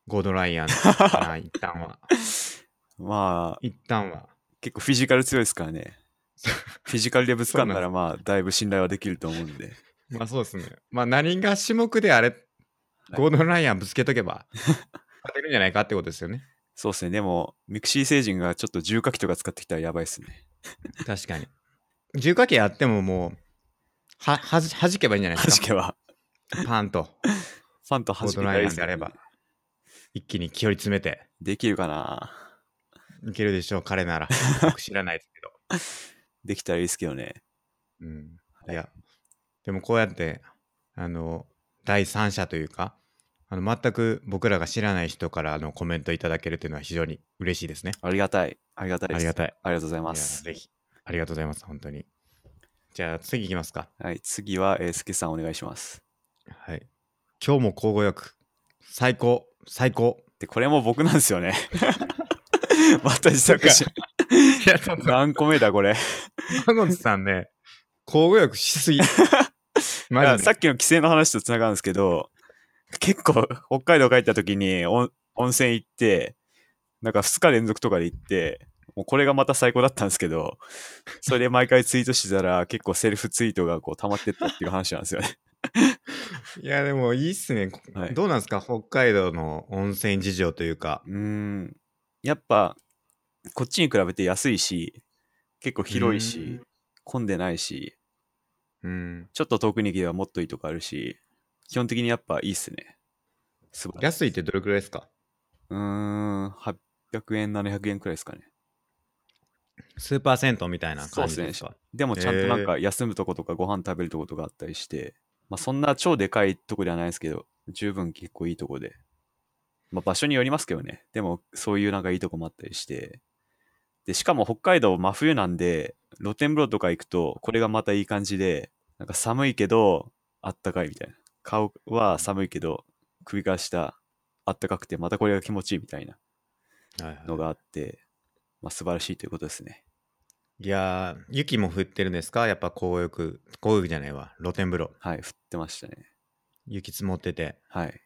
Speaker 1: ゴードライアンかな一旦は。
Speaker 2: まあ、
Speaker 1: 一旦は。
Speaker 2: 結構フィジカル強いですか らね。フィジカルでぶつかんだら、まあ、だいぶ信頼はできると思うんで。
Speaker 1: まあそうですね。まあ何が種目であれ、ゴードライアンぶつけとけ ば、勝てるんじゃないかってことですよね。
Speaker 2: そうですね。でも、ミクシー星人がちょっと重火器とか使ってきたらやばいですね。
Speaker 1: 確かに。重火器やってももう、は、はじ、弾けばいいんじゃないで
Speaker 2: 弾
Speaker 1: す か。
Speaker 2: けば。
Speaker 1: パンと、
Speaker 2: ファンと
Speaker 1: ゴ
Speaker 2: 弾
Speaker 1: ー
Speaker 2: け
Speaker 1: ド
Speaker 2: た
Speaker 1: ラ
Speaker 2: い
Speaker 1: イ
Speaker 2: で
Speaker 1: アン
Speaker 2: す
Speaker 1: で
Speaker 2: ね
Speaker 1: あれば、一気に距離詰めて、
Speaker 2: できるかない
Speaker 1: けるでしょう、彼なら。僕知らないですけど。
Speaker 2: できたらいいですけどね。
Speaker 1: うん。いや、でもこうやって、あの、第三者というか、あの全く僕らが知らない人からのコメントいただけるというのは非常に嬉しいですね。
Speaker 2: ありがたい。ありがたいで
Speaker 1: あ
Speaker 2: す。
Speaker 1: りがたい。
Speaker 2: ありがとうござ
Speaker 1: い
Speaker 2: い
Speaker 1: や
Speaker 2: ます。
Speaker 1: ぜひ。ありがとうございます、本当に。じゃあ次いきますか。
Speaker 2: はい。次は、えー、スケさんお願いします。
Speaker 1: はい。今日も交互役。最高、最高。
Speaker 2: で、これも僕なんですよ ね。また自作し、
Speaker 1: いや、ちょっ
Speaker 2: 何個目だこれ。
Speaker 1: と、浜口さんね、交互役し すぎ。
Speaker 2: い
Speaker 1: マ
Speaker 2: や
Speaker 1: ジ
Speaker 2: さ
Speaker 1: で。
Speaker 2: っきの規制の話とつながるんですけど、結構、北海道帰った時に温温泉行って、なんか2日連続とかで行って、もうこれがまた最高だったんですけど、それで毎回ツイートしてたら、結構セルフツイートがこう溜まってったっていう話なんですよね。
Speaker 1: いや、でもいいっすね。こ
Speaker 2: はい
Speaker 1: どうなんですか北海道の温泉事情というか。
Speaker 2: うーん。やっぱ、こっちに比べて安いし、結構広いし、混んでないし、
Speaker 1: うん。
Speaker 2: ちょっと遠くに行けばもっといいとこあるし、基本的にやっぱいいっすね。素晴らし
Speaker 1: 安
Speaker 2: い
Speaker 1: いってどれくらいですか
Speaker 2: うーん、800円、700円くらいですかね。
Speaker 1: スーパー銭湯みたいな感じ
Speaker 2: そうっすね
Speaker 1: ですか
Speaker 2: でもちゃんとなんか休むとことかご飯食べるとことかあったりして、まあそんな超でかいとこではないですけど、十分結構いいとこで。まあ場所によりますけどね。でもそういうなんかいいとこもあったりして。で、しかも北海道真冬なんで、露天風呂とか行くと、これがまたいい感じで、なんか寒いけど、あったかいみたいな。顔は寒いけど、首から下、あったかくて、またこれが気持ちいいみたいな
Speaker 1: はい
Speaker 2: の
Speaker 1: は
Speaker 2: があって、まあ素晴らしいということですね。
Speaker 1: い、いやー、雪も降ってるんですかやっぱ紅葉、紅葉じゃないわ。露天風呂。
Speaker 2: はい、降ってましたね。
Speaker 1: 雪積もってて。
Speaker 2: はい。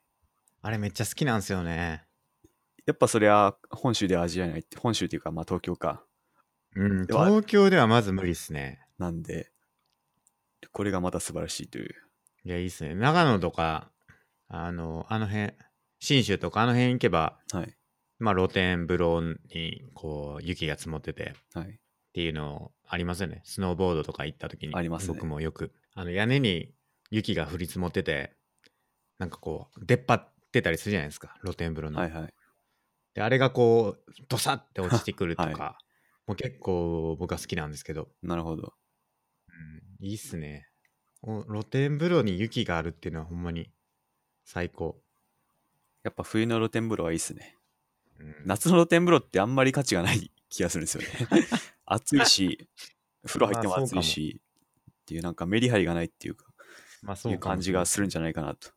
Speaker 1: あれめっちゃ好きなんですよね。
Speaker 2: やっぱそれは本州では味わえないって、本州っていうかまあ東京か。
Speaker 1: うん、
Speaker 2: では
Speaker 1: 東京ではまず無理っすね。
Speaker 2: なんで、これがまた素晴らしいという。
Speaker 1: いや、いいっすね。長野とか、あの、あの辺、信州とかあの辺行けば、
Speaker 2: はい。
Speaker 1: まあ露天風呂にこう雪が積もっててっ
Speaker 2: はい。
Speaker 1: ていうのありますよね。スノーボードとか行った時に。
Speaker 2: ありますね
Speaker 1: 僕もよく。あの屋根に雪が降り積もってて、なんかこう、出っ張ってたりするじゃないですか。露天風呂の。
Speaker 2: はいはい。
Speaker 1: で、あれがこう、ドサって落ちてくるとか、
Speaker 2: は
Speaker 1: もう結構僕は好きなんですけど。
Speaker 2: なるほど。
Speaker 1: うんいいっすね。お露天風呂に雪があるっていうのはほんまに最高。
Speaker 2: やっぱ冬の露天風呂はいいっすね。
Speaker 1: うん
Speaker 2: 夏の露天風呂ってあんまり価値がない気がするんですよね。 暑いし、風呂入っても暑いし、っていうなんかメリハリがないっていうか、
Speaker 1: まあそ
Speaker 2: いう
Speaker 1: うかも
Speaker 2: 感
Speaker 1: し
Speaker 2: じ
Speaker 1: れない
Speaker 2: がするんじゃないかなと。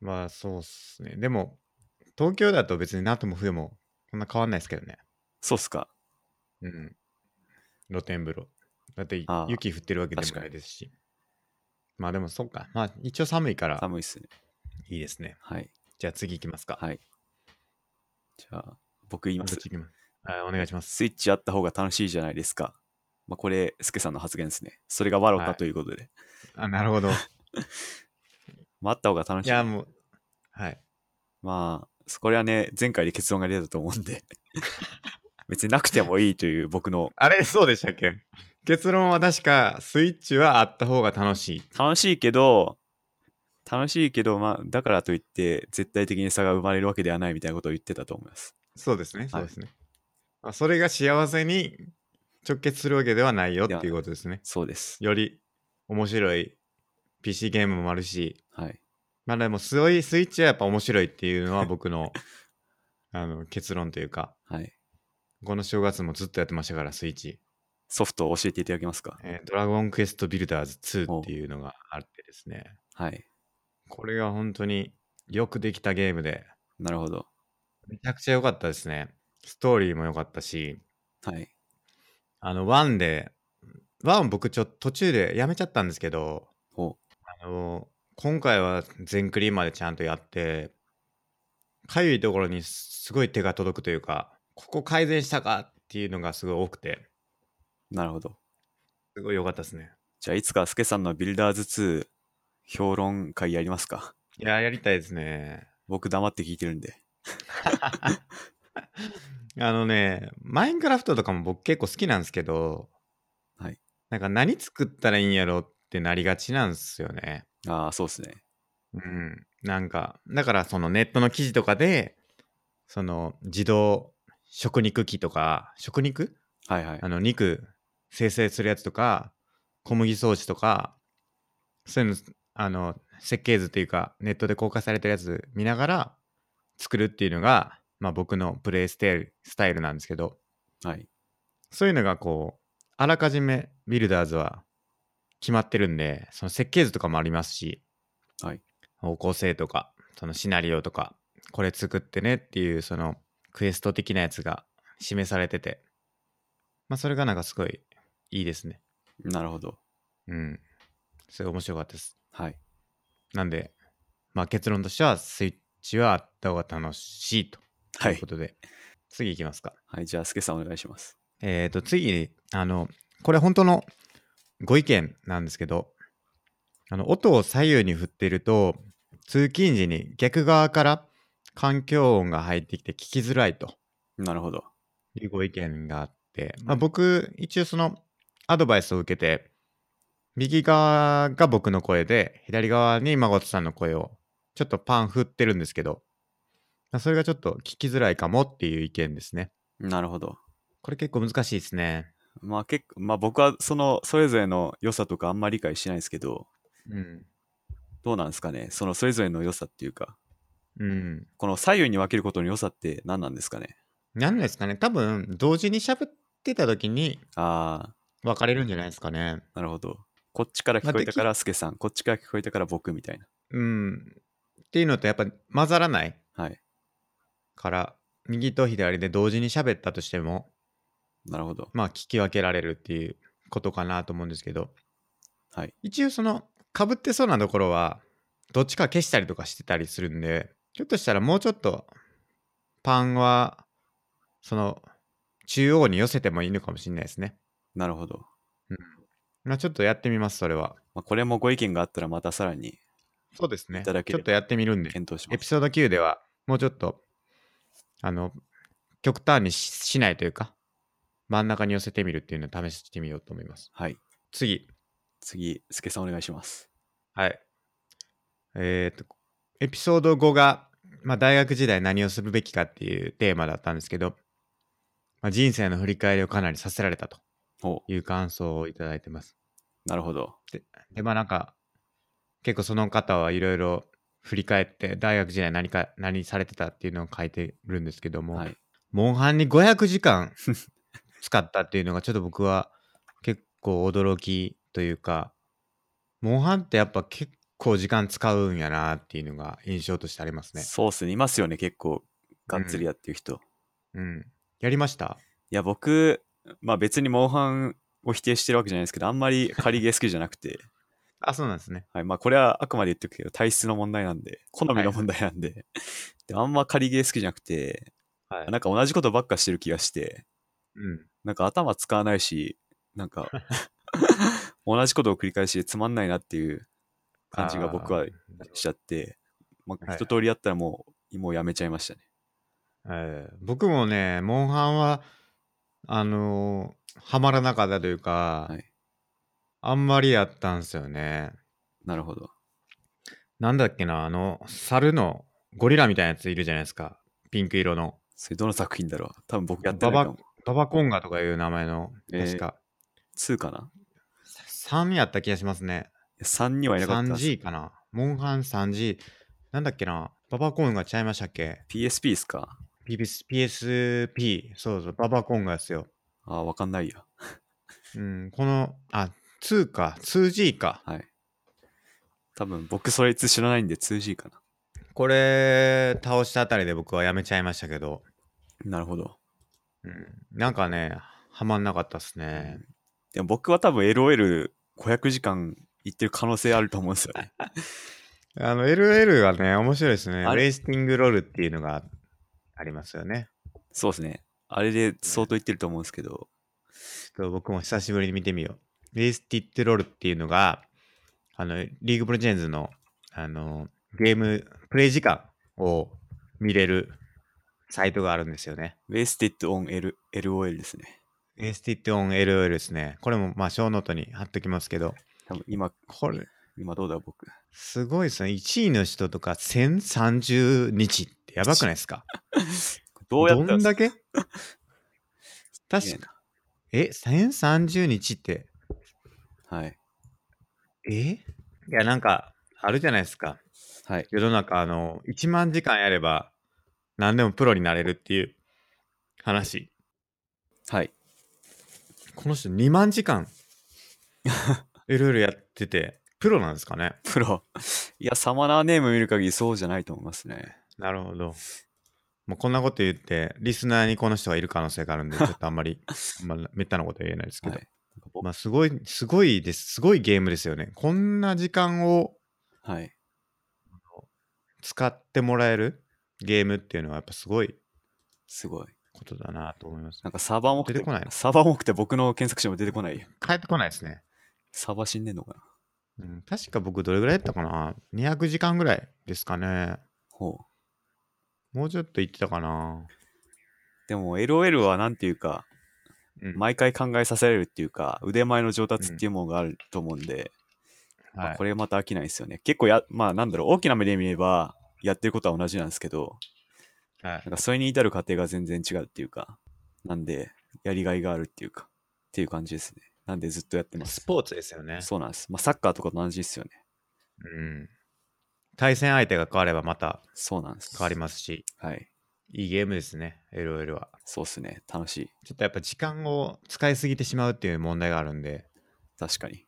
Speaker 1: まあそうっすね。でも、東京だと別に夏も冬もこんな変わんないですけどね。
Speaker 2: そうっすか。
Speaker 1: うん。露天風呂。だって
Speaker 2: ああ
Speaker 1: 雪降ってるわけでも
Speaker 2: 確かに
Speaker 1: ないですし。まあでもそうか。まあ一応寒いから
Speaker 2: 寒いっすね。
Speaker 1: いいですね。
Speaker 2: はい。
Speaker 1: じゃあ次行きますか。
Speaker 2: はい。じゃあ、僕言い
Speaker 1: ま
Speaker 2: ま
Speaker 1: あ
Speaker 2: す
Speaker 1: どっ。ち行きますはい、お願いします。
Speaker 2: スイッチあった方が楽しいじゃないですか。まあ、これ、スケさんの発言ですね。それがワロ
Speaker 1: は
Speaker 2: タ
Speaker 1: い
Speaker 2: ということで。
Speaker 1: あ、なる ほど。い
Speaker 2: まあ、あった方が楽しい。
Speaker 1: や、もう、はい。
Speaker 2: まあ、そこれはね、前回で結論が出たと思う んで。別になくてもいいという僕の
Speaker 1: あれ、そうでしたっけ結論は確か、スイッチはあった方が楽しい。
Speaker 2: 楽しいけど、楽しいけど、まあ、だからといって、絶対的に差が生まれるわけではないみたいなことを言ってたと思います。
Speaker 1: そうですね、そうですね。まあそれが幸せに直結するわけではないよっていうことですね。
Speaker 2: そうです。
Speaker 1: より面白い PC ゲームもあるし、
Speaker 2: はい。
Speaker 1: まあでもすごいスイッチはやっぱ面白いっていうのは僕のあの結論というか、
Speaker 2: はい。
Speaker 1: この正月もずっとやってましたから、スイッチ。
Speaker 2: ソフトを教えていただけますか。
Speaker 1: えードラゴンクエストビルダーズ2っていうのがあってですね、
Speaker 2: はい。
Speaker 1: これが本当によくできたゲームで、
Speaker 2: なるほど。
Speaker 1: めちゃくちゃ良かったですね。ストーリーも良かったし、
Speaker 2: はい。
Speaker 1: あの、1で、1僕ちょっと途中でやめちゃったんですけど、
Speaker 2: ほ
Speaker 1: あの、今回は全クリまでちゃんとやって、かゆいところにすごい手が届くというか、ここ改善したかっていうのがすごい多くて、
Speaker 2: う。なるほど。
Speaker 1: すごい良かったですね。
Speaker 2: じゃあ、いつかスケさんのビルダーズ2評論会やりますか
Speaker 1: いやー、やりたいですね。
Speaker 2: 僕黙って聞いてるんで。
Speaker 1: あのね、マインクラフトとかも僕結構好きなんですけど、
Speaker 2: はい。
Speaker 1: なんか何作ったらいいんやろってなりがちなんですよね。
Speaker 2: ああ、そうですね。
Speaker 1: うん。なんか、だからそのネットの記事とかで、その自動食肉機とか、食肉
Speaker 2: はいはい
Speaker 1: あ。の肉生成するやつとか、小麦装置とか、そういうの、あの、設計図っていうか、ネットで公開されてるやつ見ながら作るっていうのが、まあ僕のプレイステールスタイルなんですけど、
Speaker 2: はい。
Speaker 1: そういうのがこう、あらかじめビルダーズは決まってるんで、その設計図とかもありますし、
Speaker 2: はい
Speaker 1: 方向性とか、そのシナリオとか、これ作ってねっていう、そのクエスト的なやつが示されてて、まあそれがなんかすごいいいですね。
Speaker 2: なるほど。
Speaker 1: うん。すごい面白かったです。
Speaker 2: はい。
Speaker 1: なんで、まあ結論としては、スイッチはあった方が楽しいと
Speaker 2: は
Speaker 1: いう
Speaker 2: い
Speaker 1: こ。とで、次行きますか。
Speaker 2: はい。じゃあ、スケさんお願いします。
Speaker 1: えっ、と、次に、あの、これ本当のご意見なんですけど、あの、音を左右に振っていると、通勤時に逆側から環境音が入ってきて聞きづらいと
Speaker 2: なるほど。
Speaker 1: いうご意見があって、まあ、僕、一応そのアドバイスを受けて、右側が僕の声で、左側に孫さんの声をちょっとパン振ってるんですけど、まあそれがちょっと聞きづらいかもっていう意見ですね。
Speaker 2: なるほど。
Speaker 1: これ結構難しいですね。
Speaker 2: まあ結構、まあ僕はそのそれぞれの良さとかあんまり理解してないですけど、
Speaker 1: うん。
Speaker 2: どうなんですかねそのそれぞれの良さっていうか、
Speaker 1: うん。
Speaker 2: この左右に分けることの良さって何なんですかね
Speaker 1: なんですかね多分同時に喋ってた時に
Speaker 2: あ
Speaker 1: 分かれるんじゃないですかね。
Speaker 2: あ、なるほど。こっちから聞こえたからスケさん、こっちから聞こえたから僕みたいな。
Speaker 1: うん。っていうのとやっぱ混ざらない
Speaker 2: はい。
Speaker 1: から右と左で同時に喋ったとしても
Speaker 2: なるほど。
Speaker 1: まあ聞き分けられるっていうことかなと思うんですけど
Speaker 2: はい。
Speaker 1: 一応そのかぶってそうなところはどっちか消したりとかしてたりするんでひょっとしたらもうちょっとパンはその中央に寄せてもいいのかもしれないですね。
Speaker 2: なるほど。
Speaker 1: まあちょっとやってみますそれは。
Speaker 2: まあ、これもご意見があったらまたさらに
Speaker 1: そうですね。
Speaker 2: い
Speaker 1: ち
Speaker 2: た
Speaker 1: ょ
Speaker 2: だ
Speaker 1: っ
Speaker 2: ければ
Speaker 1: とやってみるんで。
Speaker 2: 検討しま
Speaker 1: エ
Speaker 2: す。
Speaker 1: ピソード9ではもうちょっとあの極端にししないというか真ん中に寄せてみるっていうのを試してみようと思います
Speaker 2: はい。
Speaker 1: 次
Speaker 2: 次、スケさんお願いします。
Speaker 1: はいえっとエピソード5が、まあ、大学時代何をするべきかっていうテーマだったんですけど、まあ、人生の振り返りをかなりさせられたと
Speaker 2: お
Speaker 1: いう感想をいただいてます
Speaker 2: なるほど。
Speaker 1: でまあなんか結構その方はいろいろ振り返って大学時代何か何されてたっていうのを書いてるんですけども、
Speaker 2: はい。
Speaker 1: モンハンに500時 間使ったっていうのがちょっと僕は結構驚きというか、モンハンってやっぱ結構時間使うんやなっていうのが印象としてありますね。
Speaker 2: そうっすね。いますよね、結構、がっつりやってる人。
Speaker 1: うん。やりました
Speaker 2: いや、僕、まあ別にモンハンを否定してるわけじゃないですけど、あんまり仮ゲー好きじゃなく て、
Speaker 1: あ、そうなんですね。
Speaker 2: はい、まあこれはあくまで言っておくけど、体質の問題なんで、好みの問題なんで、であんま仮ゲー好きじゃなくて、
Speaker 1: はい
Speaker 2: なんか同じことばっかしてる気がして、
Speaker 1: うん。
Speaker 2: なんか頭使わないし、な んか、同じことを繰り返しでつまんないなっていう感じが僕は
Speaker 1: あー
Speaker 2: しちゃって、ま
Speaker 1: は
Speaker 2: あ、
Speaker 1: い
Speaker 2: 一通りやったらもう、もうやめちゃいましたね。
Speaker 1: えー僕もね、モンハンは、あのーハマらなかったというか、
Speaker 2: はい
Speaker 1: あんまりやったんですよね。
Speaker 2: なるほど。
Speaker 1: なんだっけな、あの、猿のゴリラみたいなやついるじゃないですか。ピンク色の。
Speaker 2: それどの作品だろう多分僕やってないかも。
Speaker 1: ババコンガとかいう名前の、
Speaker 2: えー
Speaker 1: 確か、
Speaker 2: 2かな
Speaker 1: 3やった気がしますね。
Speaker 2: ?3 にはいなかったっす。
Speaker 1: 3G かな。モンハン 3G。なんだっけな。ババコンガちゃいましたっけ
Speaker 2: PSP ですか
Speaker 1: PS ?PSP。そうそう、ババコンガですよ。
Speaker 2: ああ、わかんないや。
Speaker 1: うん、この、あ、2か、2G か。
Speaker 2: はい。多分僕そいつ知らないんで 2G かな。
Speaker 1: これ、倒したあたりで僕はやめちゃいましたけど、
Speaker 2: なるほど。
Speaker 1: うん、なんかね、はまんなかったっすね。
Speaker 2: でも僕は多分 LOL500 時間行ってる可能性あると思うんですよね。
Speaker 1: あの、LL がね、面白いですね。
Speaker 2: あれ
Speaker 1: レースティングロールっていうのがありますよね。
Speaker 2: そうですね。あれで相当行ってると思うんですけど。
Speaker 1: ちょっと僕も久しぶりに見てみよう。レースティッテロールっていうのが、あの、リーグプレジェンズの、あの、ゲーム、プレイ時間を見れるサイトがあるんですよね。
Speaker 2: ウェスティッドオン L LOL ですね。
Speaker 1: レースティッテオン LOL ですね。これも、まあ、小ノートに貼っときますけど、
Speaker 2: 多分今、
Speaker 1: これ、
Speaker 2: 今どうだ僕。
Speaker 1: すごいですね。1位の人とか1030日ってやばくないですか
Speaker 2: どうやった
Speaker 1: どん
Speaker 2: ら
Speaker 1: だけ
Speaker 2: すげえ
Speaker 1: 確か、
Speaker 2: な
Speaker 1: え、1030日って、
Speaker 2: はい。
Speaker 1: えいや、なんか、あるじゃないですか。
Speaker 2: はい。
Speaker 1: 世の中あの1万時間やれば何でもプロになれるっていう話
Speaker 2: はい。
Speaker 1: この人2万時 間いろいろやっててプロなんですかね
Speaker 2: プロ。いや、サマナーネーム見る限りそうじゃないと思いますね。
Speaker 1: なるほどもうこんなこと言ってリスナーにこの人がいる可能性があ るんでちょっとあんまりあんまめったなことは言えないですけ
Speaker 2: は
Speaker 1: ど、
Speaker 2: い。僕
Speaker 1: まあすごいすごいですすごいゲームですよねこんな時間を
Speaker 2: はい。
Speaker 1: 使ってもらえるゲームっていうのはやっぱすごい
Speaker 2: すごい。
Speaker 1: ことだなと思います
Speaker 2: なんかサーバーも多く
Speaker 1: 出てこないの
Speaker 2: サーバーも多くて僕の検索しても出てこないよ。
Speaker 1: 帰ってこないですね
Speaker 2: サーバー死んでんのかな
Speaker 1: うん、確か僕どれぐらいやったかな ?200 時間ぐらいですかね。
Speaker 2: ほう。
Speaker 1: もうちょっと行ってたかな。
Speaker 2: でも LOL はなんていうか、
Speaker 1: うん
Speaker 2: 毎回考えさせられるっていうか、腕前の上達っていうものがあると思うんで、まあ
Speaker 1: はい
Speaker 2: これまた飽きないですよね。結構や、まあなんだろう、大きな目で見れば、やってることは同じなんですけど、
Speaker 1: はい
Speaker 2: なんかそれに至る過程が全然違うっていうか、なんで、やりがいがあるっていうか、っていう感じですね。なんでずっとやってます。
Speaker 1: スポーツですよね、
Speaker 2: そうなんです。まあサッカーとかと同じですよね。
Speaker 1: うん。対戦相手が変わればまた
Speaker 2: そうなんです。
Speaker 1: 変わりますし、
Speaker 2: はい。
Speaker 1: いいゲームですね、LOL は。
Speaker 2: そうっすね。楽しい。
Speaker 1: ちょっとやっぱ時間を使いすぎてしまうっていう問題があるんで、
Speaker 2: 確かに。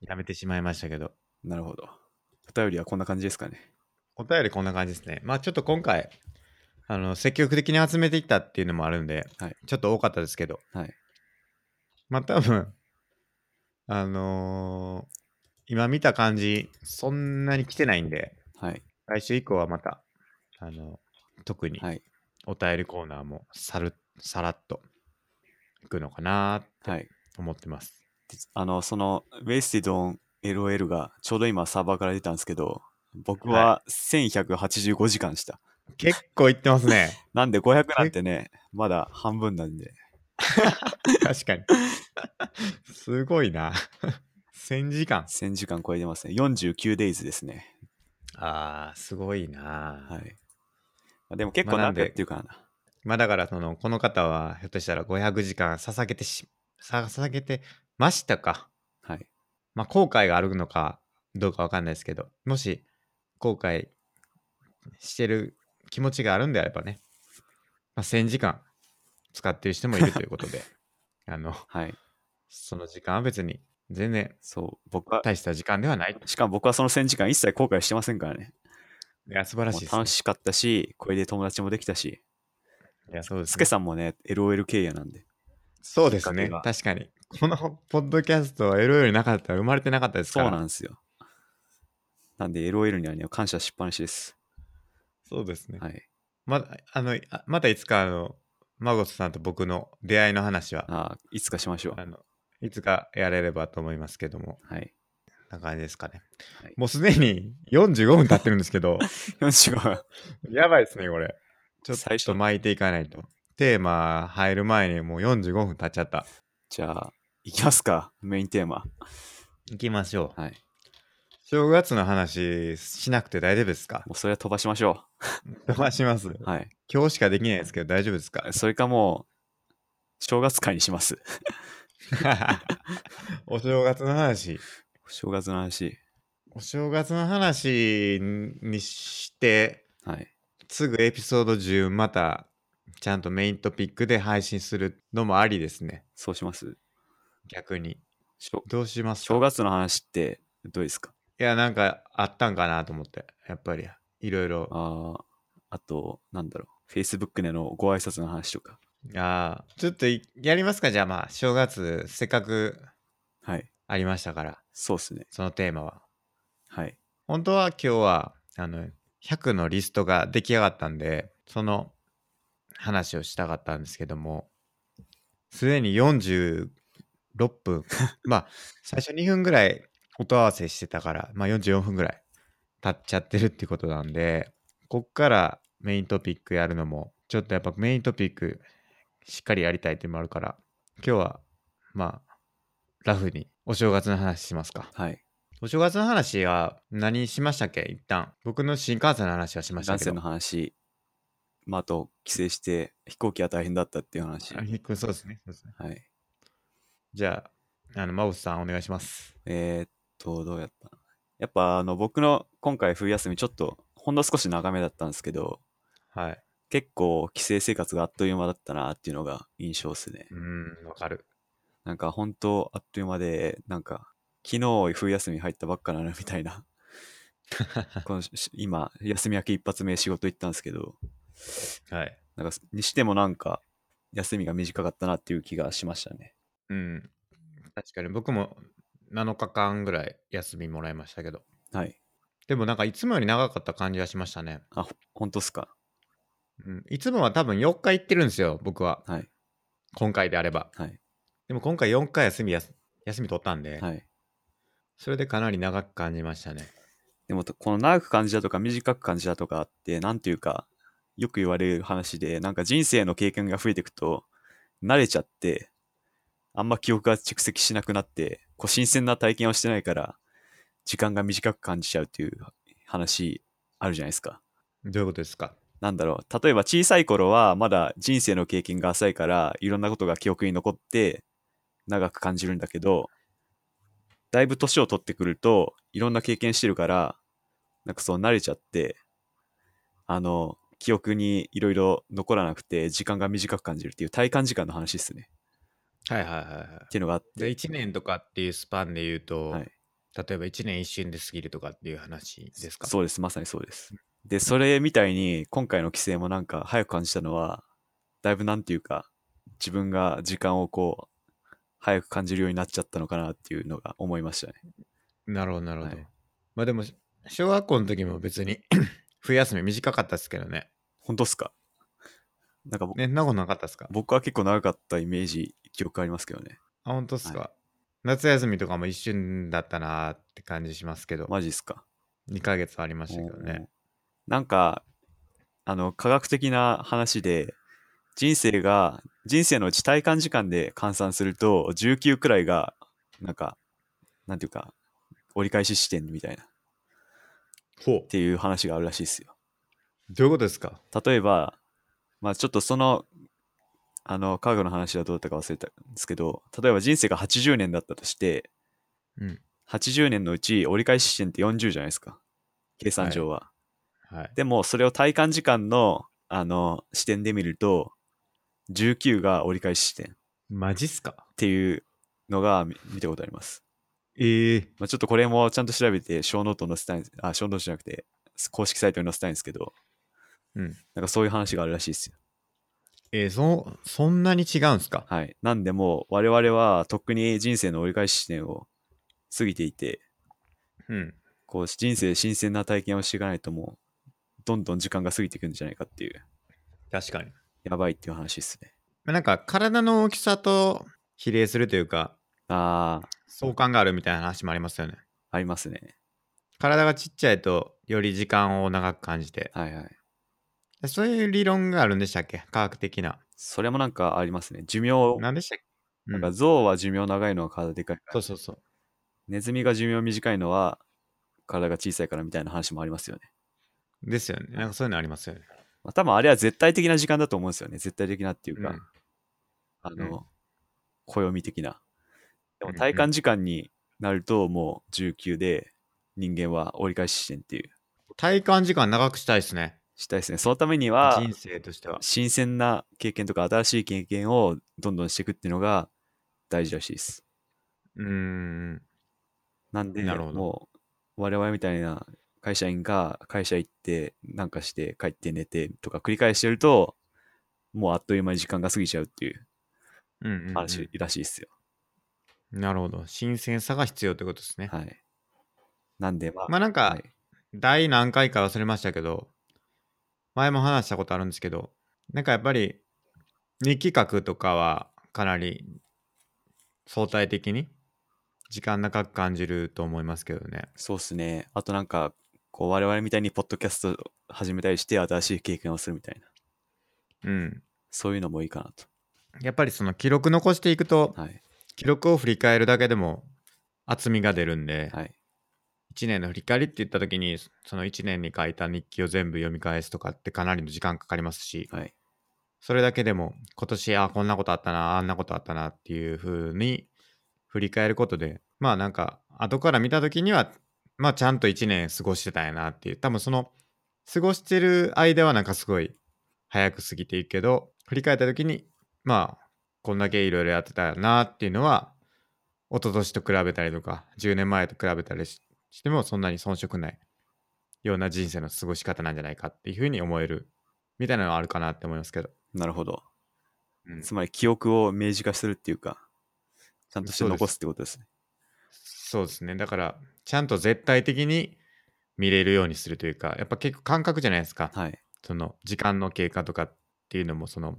Speaker 1: やめてしまいましたけど。
Speaker 2: なるほど。お便りはこんな感じですかね。
Speaker 1: お便りこんな感じですね。まあちょっと今回、あの、積極的に集めていったっていうのもあるんで、
Speaker 2: はい
Speaker 1: ちょっと多かったですけど、
Speaker 2: はい
Speaker 1: まあ多分、あのー今見た感じ、そんなに来てないんで、
Speaker 2: はい。
Speaker 1: 来週以降はまた、あの、特に
Speaker 2: はい。
Speaker 1: お便りコーナーもさる、さらっといくのかな
Speaker 2: はい。
Speaker 1: と思ってます。
Speaker 2: あの、その、ウェイスティドン LOL がちょうど今サーバーから出たんですけど、僕は1185時間した。
Speaker 1: 結構いってますね。
Speaker 2: なんで500なんてね、まだ半分なんで、
Speaker 1: 確かに。すごいな。1000時間。
Speaker 2: 1000時間超えてますね。49 days ですね。
Speaker 1: ああ、すごいな。
Speaker 2: はい。まあでも結構
Speaker 1: まあ
Speaker 2: な
Speaker 1: なんん
Speaker 2: か
Speaker 1: で
Speaker 2: やってるからな。
Speaker 1: まあだからそのこの方はひょっとしたら500時間捧げてし捧げてましたか、
Speaker 2: はい。
Speaker 1: まあ、後悔があるのかどうかわかんないですけどもし後悔してる気持ちがあるんであればね、まあ、1000時間使ってる人もいるということ であの
Speaker 2: はい。
Speaker 1: その時間は別に全然
Speaker 2: そう、僕は、
Speaker 1: 大した時間ではない
Speaker 2: しかも僕はその1000時間一切後悔してませんからね。
Speaker 1: いや素晴らしい
Speaker 2: も
Speaker 1: で
Speaker 2: う
Speaker 1: す、ね
Speaker 2: 楽、しかったし、これで友達もできたし、
Speaker 1: いやそうです
Speaker 2: ス
Speaker 1: ね
Speaker 2: ケさんもね、LOL 経営なんで。
Speaker 1: そうですね
Speaker 2: きっかけ
Speaker 1: 確かにこの ポッドキャストは LO よりなかったら生まれてなかったですか
Speaker 2: そう
Speaker 1: ら
Speaker 2: なんですよ。なんで LOL にはね、感謝しっぱなしです。
Speaker 1: そうですね
Speaker 2: はい。
Speaker 1: まだ、あの、あまたいつか、あの、マゴトさんと僕の出会いの話は、
Speaker 2: ああ、いつかしましょう。
Speaker 1: あの、いつかやれればと思いますけども、
Speaker 2: はい。
Speaker 1: こんな感じですかね。
Speaker 2: はい
Speaker 1: もうすでに45分経ってるんですけ ど、
Speaker 2: 45
Speaker 1: やばいですね、これ。ちょっ
Speaker 2: 最初
Speaker 1: と巻いていかないと。テーマ入る前にもう45分経っちゃった。
Speaker 2: じゃあ、いきますか。メインテーマ。
Speaker 1: 行きましょう。
Speaker 2: はい。
Speaker 1: 正月の話しなくて大丈夫ですか
Speaker 2: もうそれは飛ばしましょ
Speaker 1: 飛ば します。
Speaker 2: う。はい。
Speaker 1: 今日しかできないですけど大丈夫ですか
Speaker 2: それかもう、正月会にします。
Speaker 1: お正月の話。
Speaker 2: 正月の話。
Speaker 1: お正月の話にして、
Speaker 2: はい。
Speaker 1: すぐエピソード10またちゃんとメイントピックで配信するのもありですね。
Speaker 2: そうします。
Speaker 1: 逆に。
Speaker 2: しょ
Speaker 1: どうしますか
Speaker 2: 正月の話ってどうですか
Speaker 1: いや、なんかあったんかなと思って。やっぱりいろいろ。
Speaker 2: ああ、あと、なんだろう。Facebook でのご挨拶の話とか。
Speaker 1: ああ、ちょっといやりますか、じゃあまあ、正月、せっかく
Speaker 2: はい。
Speaker 1: ありましたから、
Speaker 2: そうっすね。
Speaker 1: そのテーマは。
Speaker 2: はい。
Speaker 1: 本当は今日は、あの、100のリストが出来上がったんで、その話をしたかったんですけども、すでに46分、まあ、最初2分ぐらい音合わせしてたから、まあ44分ぐらい経っちゃってるってことなんで、こっからメイントピックやるのも、ちょっとやっぱメイントピックしっかりやりたいっていうのもあるから、今日は、まあ、ラフにお正月の話しますか。
Speaker 2: はい。
Speaker 1: お正月の話は何しましたっけ一旦僕の新幹線の話はしました
Speaker 2: 男
Speaker 1: け
Speaker 2: 性
Speaker 1: ど
Speaker 2: の話。まあ、あと、帰省して、飛行機は大変だったっていう話。
Speaker 1: あひくそうですねそうですね
Speaker 2: はい。
Speaker 1: じゃああのマオスさんお願いします
Speaker 2: えーっと、どうやったやっぱ、あの、僕の今回冬休み、ちょっと、ほんの少し長めだったんですけど、
Speaker 1: はい
Speaker 2: 結構、帰省生活があっという間だったなっていうのが印象ですね。
Speaker 1: うーんわかる
Speaker 2: なんか、本当あっという間で、なんか、昨日冬休み入ったばっかなのみた いな。このしし今、休み明け一発目仕事行ったんですけど、
Speaker 1: はい
Speaker 2: なんか、にしてもなんか、休みが短かったなっていう気がしましたね。
Speaker 1: うん確かに僕も7日間ぐらい休みもらいましたけど
Speaker 2: はい。
Speaker 1: でもなんかいつもより長かった感じはしましたね、
Speaker 2: あ、ほ本当っすか
Speaker 1: うん、いつもは多分4日行ってるんですよ僕は
Speaker 2: はい。
Speaker 1: 今回であれば
Speaker 2: はい。
Speaker 1: でも今回4回休みやす休み取ったんで、
Speaker 2: はい。
Speaker 1: それでかなり長く感じましたね
Speaker 2: でもと、この長く感じたとか短く感じたとかあって、なんていうか、よく言われる話で、なんか人生の経験が増えていくと、慣れちゃって、あんま記憶が蓄積しなくなって、こう新鮮な体験をしてないから、時間が短く感じちゃうっていう話あるじゃないですか。
Speaker 1: どういうことですか
Speaker 2: なんだろう。例えば小さい頃はまだ人生の経験が浅いから、いろんなことが記憶に残って、長く感じるんだけど、だいぶ年を取ってくると、いろんな経験してるから、なんかそう慣れちゃって、あの、記憶にいろいろ残らなくて、時間が短く感じるっていう体感時間の話ですね。
Speaker 1: はいはいはいはい
Speaker 2: っていうのがあって。
Speaker 1: で1年とかっていうスパンで言うと、
Speaker 2: はい
Speaker 1: 例えば1年一瞬で過ぎるとかっていう話ですか
Speaker 2: そうです、まさにそうです。で、それみたいに、今回の規制もなんか早く感じたのは、だいぶなんていうか、自分が時間をこう、早く感じるようになっちゃったのかなっていうのが思いましたね。
Speaker 1: なるほどなるほど、
Speaker 2: はい
Speaker 1: まあでも小学校の時も別に 冬休み短かったですけどね
Speaker 2: 本当っすかなんかぼ、
Speaker 1: ねそんなことなかったですか
Speaker 2: 僕は結構長かったイメージ、記憶ありますけどね。
Speaker 1: あ本当っすか、
Speaker 2: は
Speaker 1: 夏休みとかも一瞬だったなーって感じしますけど、
Speaker 2: マジっすか
Speaker 1: 2ヶ月はありましたけど
Speaker 2: おー
Speaker 1: ね
Speaker 2: なんか、あの、科学的な話で、人生が、人生のうち体感時間で換算すると、19くらいが、なんか、なんていうか、折り返し地点みたいな、っ
Speaker 1: ほ
Speaker 2: ていう話があるらしいですよ。
Speaker 1: うどういうことですか
Speaker 2: 例えば、まあちょっとその、あの、科学の話はどうだったか忘れたんですけど、例えば人生が80年だったとして、
Speaker 1: うん
Speaker 2: 80年のうち折り返し地点って40じゃないですか。計算上は。
Speaker 1: はい
Speaker 2: でも、それを体感時間の、あの、視点で見ると、19が折り返し視点っ
Speaker 1: マジっすか
Speaker 2: ていうのが見見たことあります。
Speaker 1: ええ
Speaker 2: まあ、ちょっとこれもちゃんと調べて、小ノート載せたいんです、あ、小ノートじゃなくて、公式サイトに載せたいんですけど、
Speaker 1: うん
Speaker 2: なんかそういう話があるらしいですよ。
Speaker 1: えー、そそんなに違うんすか
Speaker 2: はい。なんでもう、我々はとっくに人生の折り返し視点を過ぎていて、
Speaker 1: うん
Speaker 2: こう、人生新鮮な体験をしていかないともう、どんどん時間が過ぎていくんじゃないかっていう、
Speaker 1: 確かに
Speaker 2: やばいっていう話ですね。
Speaker 1: まあなんか体の大きさと比例するというか
Speaker 2: ああ、
Speaker 1: 相関があるみたいな話もありますよね
Speaker 2: ありますね。
Speaker 1: 体がちっちゃいとより時間を長く感じて
Speaker 2: はいはい。
Speaker 1: そういう理論があるんでしたっけ科学的な
Speaker 2: それもなんかありますね。寿命、
Speaker 1: 何でしたっけ、う
Speaker 2: なんか
Speaker 1: ん、
Speaker 2: 象は寿命長いのは体でかいから、
Speaker 1: そうそうそう
Speaker 2: ネズミが寿命短いのは体が小さいからみたいな話もありますよね。
Speaker 1: ですよねなんかそういうのありますよね、
Speaker 2: まあ、多分あれは絶対的な時間だと思うんですよね。絶対的なっていうか、
Speaker 1: うん
Speaker 2: あ
Speaker 1: う
Speaker 2: の、暦的な。
Speaker 1: う
Speaker 2: で
Speaker 1: ん
Speaker 2: も
Speaker 1: うん
Speaker 2: 体感時間になるともう19で人間は折り返し視点っていう。
Speaker 1: 体感時間長くしたいですね
Speaker 2: したいですね。そのためには、
Speaker 1: 人生としては
Speaker 2: 新鮮な経験とか新しい経験をどんどんしていくっていうのが大事らしいです。
Speaker 1: うーん
Speaker 2: なんで、
Speaker 1: なるほど
Speaker 2: もう、我々みたいな会社員が会社行って、なんかして帰って寝てとか繰り返してると、もうあっという間に時間が過ぎちゃうっていう
Speaker 1: うんうんうん
Speaker 2: 話らしいですよ。
Speaker 1: なるほど。新鮮さが必要ってことですね。
Speaker 2: はい。なんで、まあ、
Speaker 1: まあなんか、
Speaker 2: はい
Speaker 1: 第何回か忘れましたけど、前も話したことあるんですけど、なんかやっぱり日記書くとかはかなり相対的に時間長く感じると思いますけどね。
Speaker 2: そうっすね。あとなんか、こう我々みたいにポッドキャストを始めたりして新しい経験をするみたいな、
Speaker 1: うん。
Speaker 2: そういうのもいいかな
Speaker 1: やっぱりその記録残していくと
Speaker 2: と。、はい。
Speaker 1: 記録を振り返るだけでも厚みが出るんで、
Speaker 2: はい。
Speaker 1: 1年の振り返りって言った時に、その1年に書いた日記を全部読み返すとかってかなりの時間かかりますし、
Speaker 2: はい。
Speaker 1: それだけでも今年あこんなことあったなあんなことあったなっていう風に振り返ることでまあなんか後から見た時にはまあちゃんと1年過ごしてたんやなっていう多分その過ごしてる間はなんかすごい早く過ぎていくけど振り返った時にまあこんだけいろいろやってたなっていうのは一昨年と比べたりとか10年前と比べたりししてもそんなに遜色ないような人生の過ごし方なんじゃないかっていう風に思えるみたいなのはあるかなって思いますけど。
Speaker 2: なるほど。
Speaker 1: うん
Speaker 2: つまり記憶を明示化するっていうか、ちゃんとして
Speaker 1: そうです
Speaker 2: 残すってことですね。
Speaker 1: そうですね。だから、ちゃんと絶対的に見れるようにするというか、やっぱ結構感覚じゃないですか。
Speaker 2: はい。
Speaker 1: その時間の経過とかっていうのも、その、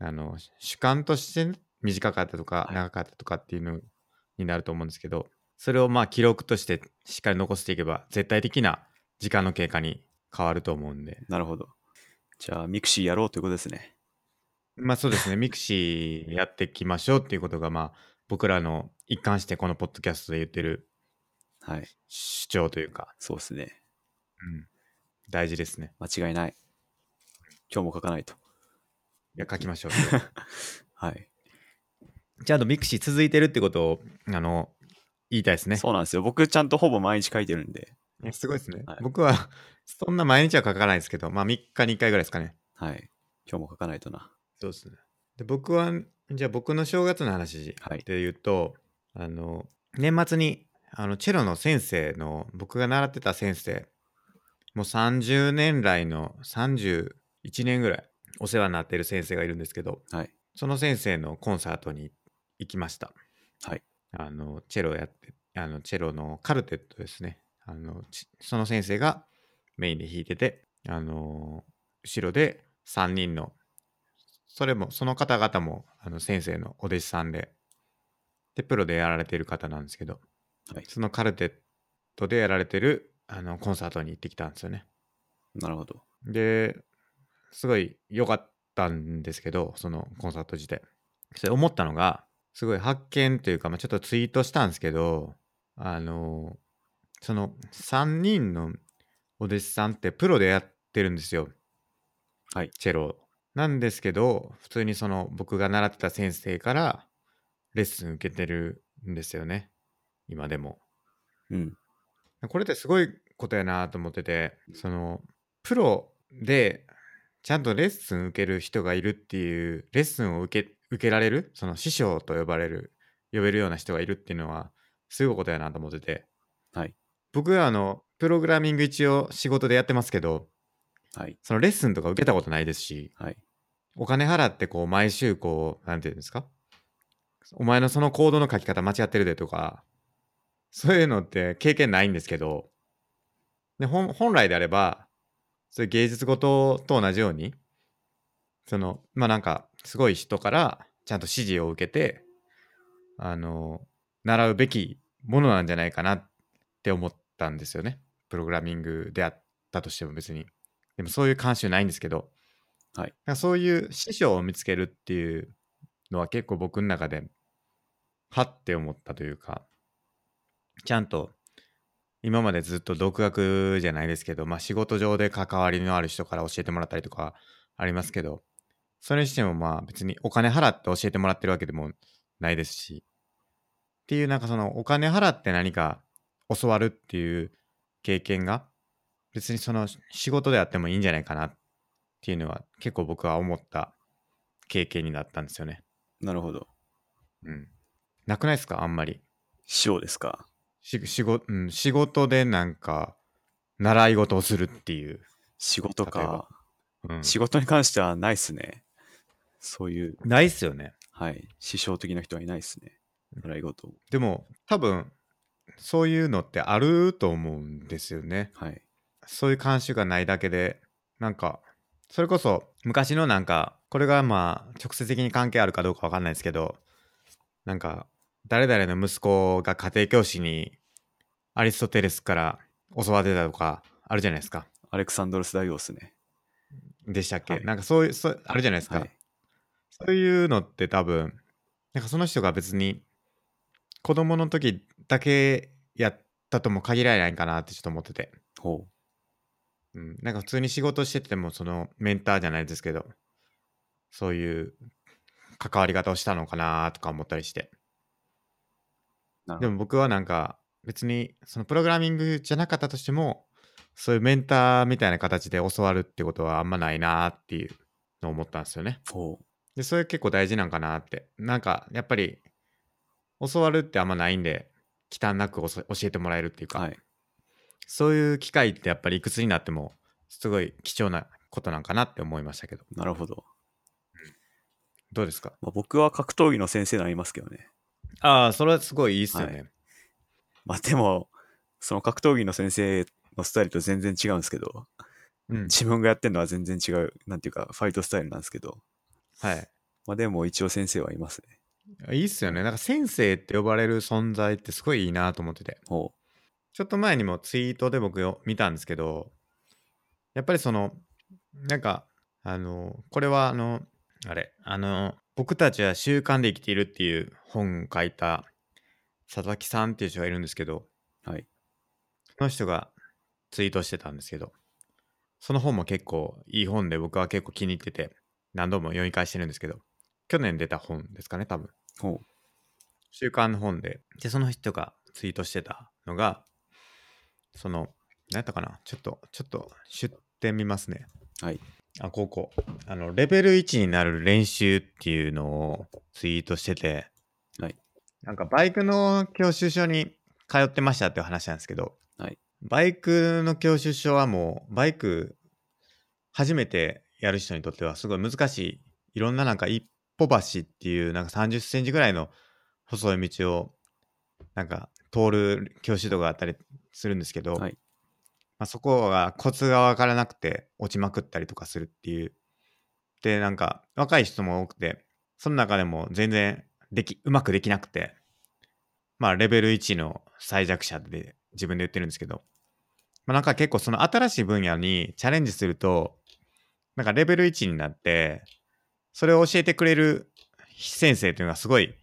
Speaker 1: あの、主観として短かったとか
Speaker 2: はい
Speaker 1: 長かったとかっていうのになると思うんですけど、それをまあ記録としてしっかり残していけば、絶対的な時間の経過に変わると思うんで。
Speaker 2: なるほど。じゃあ、ミクシーやろうということですね。
Speaker 1: まあそうですね、ミクシーやっていきましょうっていうことが、まあ僕らの一貫してこのポッドキャストで言ってる
Speaker 2: はい。
Speaker 1: 主張というか、
Speaker 2: そうですね。
Speaker 1: うん、大事ですね。
Speaker 2: 間違いない。今日も書かないと。
Speaker 1: いや、書きましょう。
Speaker 2: はい。
Speaker 1: ちゃんとミクシー続いてるってことを、あの、言いたいですね。
Speaker 2: そうなんですよ。僕、ちゃんとほぼ毎日書いてるんで。
Speaker 1: いやすごいですね。
Speaker 2: はい
Speaker 1: 僕は、そんな毎日は書かないですけど、まあ3日に1回ぐらいですかね。
Speaker 2: はい。今日も書かないとな。
Speaker 1: そうですね。で、僕は、じゃあ僕の正月の話
Speaker 2: はい
Speaker 1: で言うと、あの、年末に、あの、チェロの先生の、僕が習ってた先生、もう30年来の31年ぐらいお世話になってる先生がいるんですけど、
Speaker 2: はい。
Speaker 1: その先生のコンサートに行きました。
Speaker 2: はい。
Speaker 1: あの、チェロやって、あの、チェロのカルテットですね。あの、ちその先生がメインで弾いてて、あの、後ろで3人の、それも、その方々も、あの、先生のお弟子さんで、で、プロでやられてる方なんですけど、
Speaker 2: はい。
Speaker 1: そのカルテットでやられてる、あの、コンサートに行ってきたんですよね。
Speaker 2: なるほど。
Speaker 1: ですごい良かったんですけどそのコンサート自体それ思ったのがすごい発見というか、まあ、ちょっとツイートしたんですけどあのその3人のお弟子さんってプロでやってるんですよ
Speaker 2: はい
Speaker 1: チェロをなんですけど普通にその僕が習ってた先生からレッスン受けてるんですよね今でも
Speaker 2: うん。
Speaker 1: これってすごいことやなと思っててそのプロでちゃんとレッスン受ける人がいるっていうレッスンを受け受けられるその師匠と呼ばれる呼べるような人がいるっていうのはすごいことやなと思ってて、
Speaker 2: はい、
Speaker 1: 僕はあのプログラミング一応仕事でやってますけど
Speaker 2: はい。
Speaker 1: そのレッスンとか受けたことないですし
Speaker 2: はい。
Speaker 1: お金払ってこう毎週こうなんていうんですかお前のそのコードの書き方間違ってるでとかそういうのって経験ないんですけどで本本来であればそういう芸術ごとと同じようにそのまあなんかすごい人からちゃんと指示を受けてあの習うべきものなんじゃないかなって思ったんですよねプログラミングであったとしても別にでもそういう慣習ないんですけどなんかそういう師匠を見つけるっていうのは結構僕の中ではって思ったというかちゃんと今までずっと独学じゃないですけど、まあ、仕事上で関わりのある人から教えてもらったりとかありますけどそれにしてもまあ別にお金払って教えてもらってるわけでもないですしっていうなんかそのお金払って何か教わるっていう経験が別にその仕事であってもいいんじゃないかなっていうのは結構僕は思った経験になったんですよね。
Speaker 2: なるほど。
Speaker 1: うん。なくないですかあんまり。
Speaker 2: 師匠ですか。
Speaker 1: し仕事、うん、仕事でなんか習い事をするっていう。
Speaker 2: 仕事
Speaker 1: 例えば
Speaker 2: か。
Speaker 1: うん
Speaker 2: 仕事に関してはないっすね。そういう、
Speaker 1: ないっすよね。
Speaker 2: はい、師匠的な人はいないっすね。習い事を。
Speaker 1: でも多分そういうのってあると思うんですよね。
Speaker 2: はい。
Speaker 1: そういう慣習がないだけでなんかそれこそ昔のなんかこれがまあ直接的に関係あるかどうかわかんないですけどなんか誰々の息子が家庭教師にアリストテレスから教わってたとかあるじゃないですか。
Speaker 2: アレクサンドロス大王っすね。
Speaker 1: でしたっけ、
Speaker 2: はい
Speaker 1: なんかそういうそうあるじゃないですか。
Speaker 2: はい。
Speaker 1: そういうのって多分、なんかその人が別に子供の時だけやったとも限らないかなってちょっと思ってて。
Speaker 2: ほ
Speaker 1: うん、なんか普通に仕事してても、そのメンターじゃないですけど、そういう関わり方をしたのかなとか思ったりして。
Speaker 2: う。なる
Speaker 1: で
Speaker 2: ほど
Speaker 1: も僕はなんか別にそのプログラミングじゃなかったとしても、そういうメンターみたいな形で教わるってことはあんまないなっていうのを思ったんですよね。
Speaker 2: ほう。
Speaker 1: で、それ結構大事なんかなって。なんか、やっぱり、教わるってあんまないんで、忌憚なくおそ教えてもらえるっていうか、
Speaker 2: はい。
Speaker 1: そういう機会ってやっぱりいくつになっても、すごい貴重なことなんかなって思いましたけど、
Speaker 2: なるほど。
Speaker 1: どうですか
Speaker 2: まあ、僕は格闘技の先生になりますけどね。
Speaker 1: ああ、それはすごいいいっすよね。
Speaker 2: まあでも、その格闘技の先生のスタイルと全然違うんですけど、
Speaker 1: うん。
Speaker 2: 自分がやってるのは全然違う、なんていうか、ファイトスタイルなんですけど、
Speaker 1: はい。
Speaker 2: まあでも一応先生はいますね。
Speaker 1: いいっすよね。なんか先生って呼ばれる存在ってすごいいいなと思ってて。
Speaker 2: ほ
Speaker 1: ちょっと前にもツイートで僕よ見たんですけど、やっぱりその、なんか、あの、これはあの、あれ、あの、僕たちは習慣で生きているっていう本を書いた佐々木さんっていう人がいるんですけど、
Speaker 2: う。はい。
Speaker 1: その人がツイートしてたんですけど、その本も結構いい本で僕は結構気に入ってて、何度も読み返してるんですけど、去年出た本ですかね、多分。
Speaker 2: ほう。
Speaker 1: 週刊の本で、で、その人がツイートしてたのが、その、何やったかなちょっと、ちょっと、出典見ますね。
Speaker 2: はい。
Speaker 1: あ、こうこう。あの、レベル1になる練習っていうのをツイートしてて、
Speaker 2: はい。
Speaker 1: なんか、バイクの教習所に通ってましたっていう話なんですけど、
Speaker 2: はい。
Speaker 1: バイクの教習所はもう、バイク、初めてやる人にとってはすごい難しい、いろんななんか一歩橋っていう、なんか30センチぐらいの細い道を、なんか通る教習所があったりするんですけど、
Speaker 2: はい
Speaker 1: まあ、そこがコツがわからなくて落ちまくったりとかするっていう。で、なんか若い人も多くて、その中でも全然でき、うまくできなくて、まあレベル1の最弱者で自分で言ってるんですけど、まあ、なんか結構その新しい分野にチャレンジすると、なんかレベル1になって、それを教えてくれる先生というのがすごい、